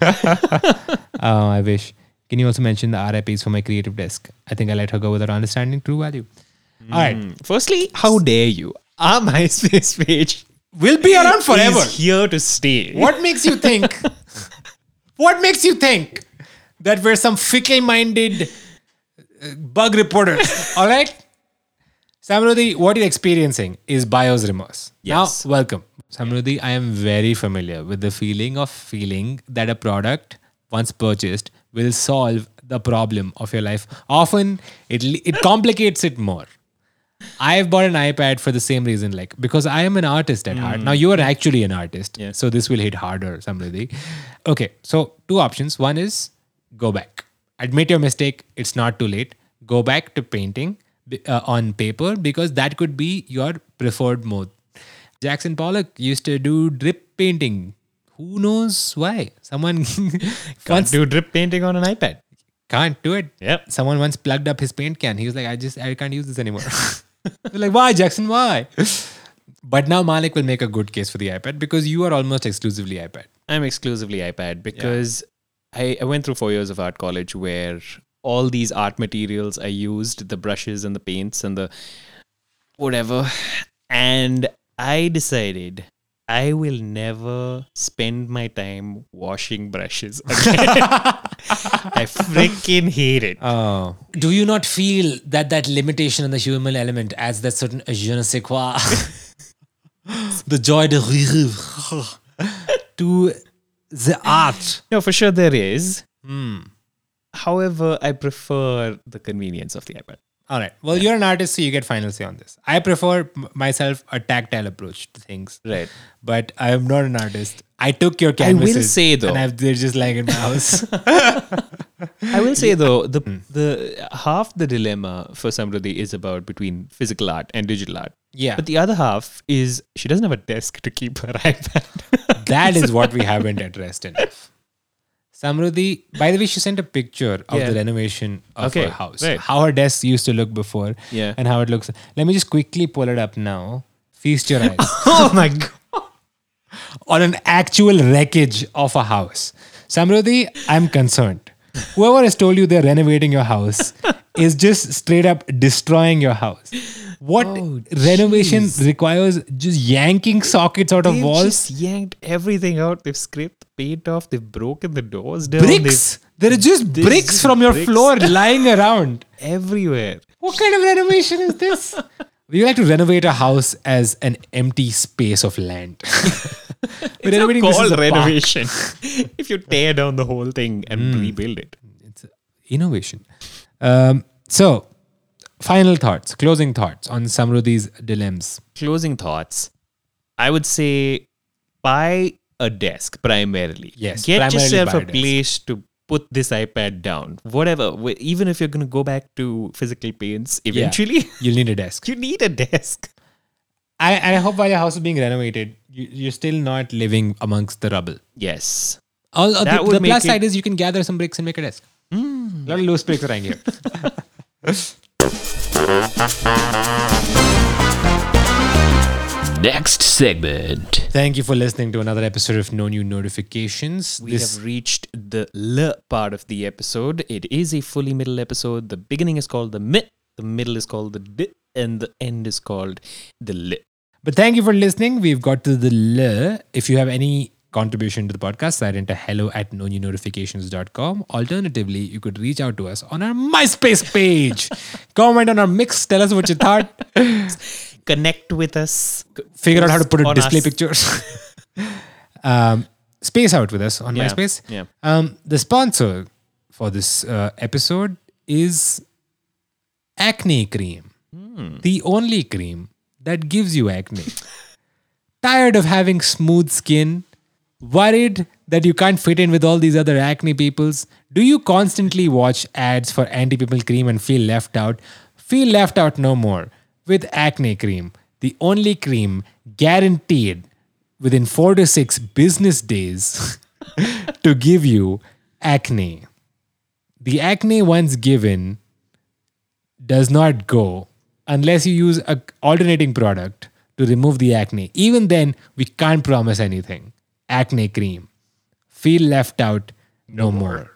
Speaker 3: oh, I wish. Can you also mention the RIPs for my creative desk? I think I let her go without understanding true value. All right,
Speaker 4: Firstly, how dare you? Our MySpace page
Speaker 3: we'll be around forever.
Speaker 4: is here to stay.
Speaker 3: What makes you think? what makes you think that we're some fickle-minded uh, bug reporters? All right, Samruddhi, what you're experiencing is buyer's remorse.
Speaker 4: Yes.
Speaker 3: Now, welcome, Samruddhi. I am very familiar with the feeling of feeling that a product once purchased will solve the problem of your life. Often, it le- it complicates it more. I've bought an iPad for the same reason, like because I am an artist at heart. Now you are actually an artist, so this will hit harder, Samriddhi. Okay, so two options. One is go back, admit your mistake. It's not too late. Go back to painting b- uh, on paper because that could be your preferred mode. Jackson Pollock used to do drip painting. Who knows why? Someone
Speaker 4: Can't
Speaker 3: once
Speaker 4: do drip painting on an iPad.
Speaker 3: can't do it.
Speaker 4: Yep.
Speaker 3: Someone once plugged up his paint can. He was like, I just I can't use this anymore. They're like, why, Jackson? Why? But now Malik will make a good case for the iPad because you are almost exclusively iPad.
Speaker 4: I'm exclusively iPad because I, I went through four years of art college where all these art materials I used the brushes and the paints and the whatever. And I decided I will never spend my time washing brushes again. I freaking hate it.
Speaker 3: Oh. Do you not feel that that limitation in the human element adds that certain "Ah, je ne sais quoi? the joy de rire to the art.
Speaker 4: No, for sure there is. Hmm. However, I prefer the convenience of the iPad.
Speaker 3: All right. Well, you're an artist, so you get final say on this. I prefer m- myself a tactile approach to things.
Speaker 4: Right.
Speaker 3: But I am not an artist. I took your canvases.
Speaker 4: say though-
Speaker 3: and I've, they're just like in my house.
Speaker 4: I will say though the
Speaker 3: Hmm.
Speaker 4: the half the dilemma for Samruddhi is about between physical art and digital art.
Speaker 3: Yeah.
Speaker 4: But the other half is she doesn't have a desk to keep her iPad.
Speaker 3: that is what we haven't addressed enough. Samruddhi, by the way, she sent a picture of
Speaker 4: Yeah.
Speaker 3: the renovation of
Speaker 4: Okay,
Speaker 3: her house.
Speaker 4: right.
Speaker 3: How her desk used to look before
Speaker 4: Yeah.
Speaker 3: and how it looks. Let me just quickly pull it up now. Feast your eyes.
Speaker 4: oh my god.
Speaker 3: on an actual wreckage of a house. Samruddhi, I'm concerned. Whoever has told you they're renovating your house is just straight up destroying your house. What
Speaker 4: Oh,
Speaker 3: renovation requires just yanking sockets out of
Speaker 4: They've
Speaker 3: walls?
Speaker 4: just yanked everything out. They've scraped the paint off. They've broken the doors down. they've-
Speaker 3: Bricks! There are just
Speaker 4: There's
Speaker 3: bricks
Speaker 4: just
Speaker 3: from your
Speaker 4: bricks.
Speaker 3: floor lying around.
Speaker 4: everywhere.
Speaker 3: What kind of renovation is this? We like to renovate a house as an empty space of land. We're
Speaker 4: It's not
Speaker 3: renovating this as
Speaker 4: called
Speaker 3: a park.
Speaker 4: renovation. if you tear down the whole thing and
Speaker 3: Hmm.
Speaker 4: rebuild it.
Speaker 3: innovation. Um, so, final thoughts, closing thoughts on Samruddhi's dilemmas.
Speaker 4: Closing thoughts. I would say buy a desk primarily.
Speaker 3: Yes,
Speaker 4: Get
Speaker 3: primarily
Speaker 4: yourself
Speaker 3: buy
Speaker 4: a,
Speaker 3: a desk.
Speaker 4: place to put this iPad down. Whatever. Wh- Even if you're going to go back to physical paints eventually,
Speaker 3: You'll need a desk.
Speaker 4: you need a desk.
Speaker 3: I, and I hope while your house is being renovated, you, you're still not living amongst the rubble.
Speaker 4: Yes.
Speaker 3: All, uh,
Speaker 4: That
Speaker 3: the
Speaker 4: would
Speaker 3: the
Speaker 4: make
Speaker 3: plus
Speaker 4: it-
Speaker 3: side is you can gather some bricks and make a desk. A lot of loose bricks around here.
Speaker 7: next segment.
Speaker 3: Thank you for listening to another episode of No New Notifications.
Speaker 4: We
Speaker 3: this
Speaker 4: have reached the L part of the episode. It is a fully middle episode. The beginning is called the mid, the middle is called the D, and the end is called the L.
Speaker 3: But thank you for listening. We've got to the le. If you have any contribution to the podcast, sign into hello at nonewnotifications.com. Alternatively, you could reach out to us on our MySpace page. Comment on our mix. Tell us what you thought.
Speaker 4: Connect with us.
Speaker 3: Figure out how to put a
Speaker 4: On
Speaker 3: display
Speaker 4: us.
Speaker 3: pictures. um, space out with us on
Speaker 4: Yeah,
Speaker 3: MySpace.
Speaker 4: yeah.
Speaker 3: Um, the sponsor for this uh, episode is Acne Cream. The only cream that gives you acne. tired of having smooth skin, worried that you can't fit in with all these other acne peoples? Do you constantly watch ads for anti pimple cream and feel left out? Feel left out no more with acne cream, the only cream guaranteed within four to six business days to give you acne. The acne once given does not go unless you use a alternating product to remove the acne. Even then, we can't promise anything. Acne cream. Feel left out no, more.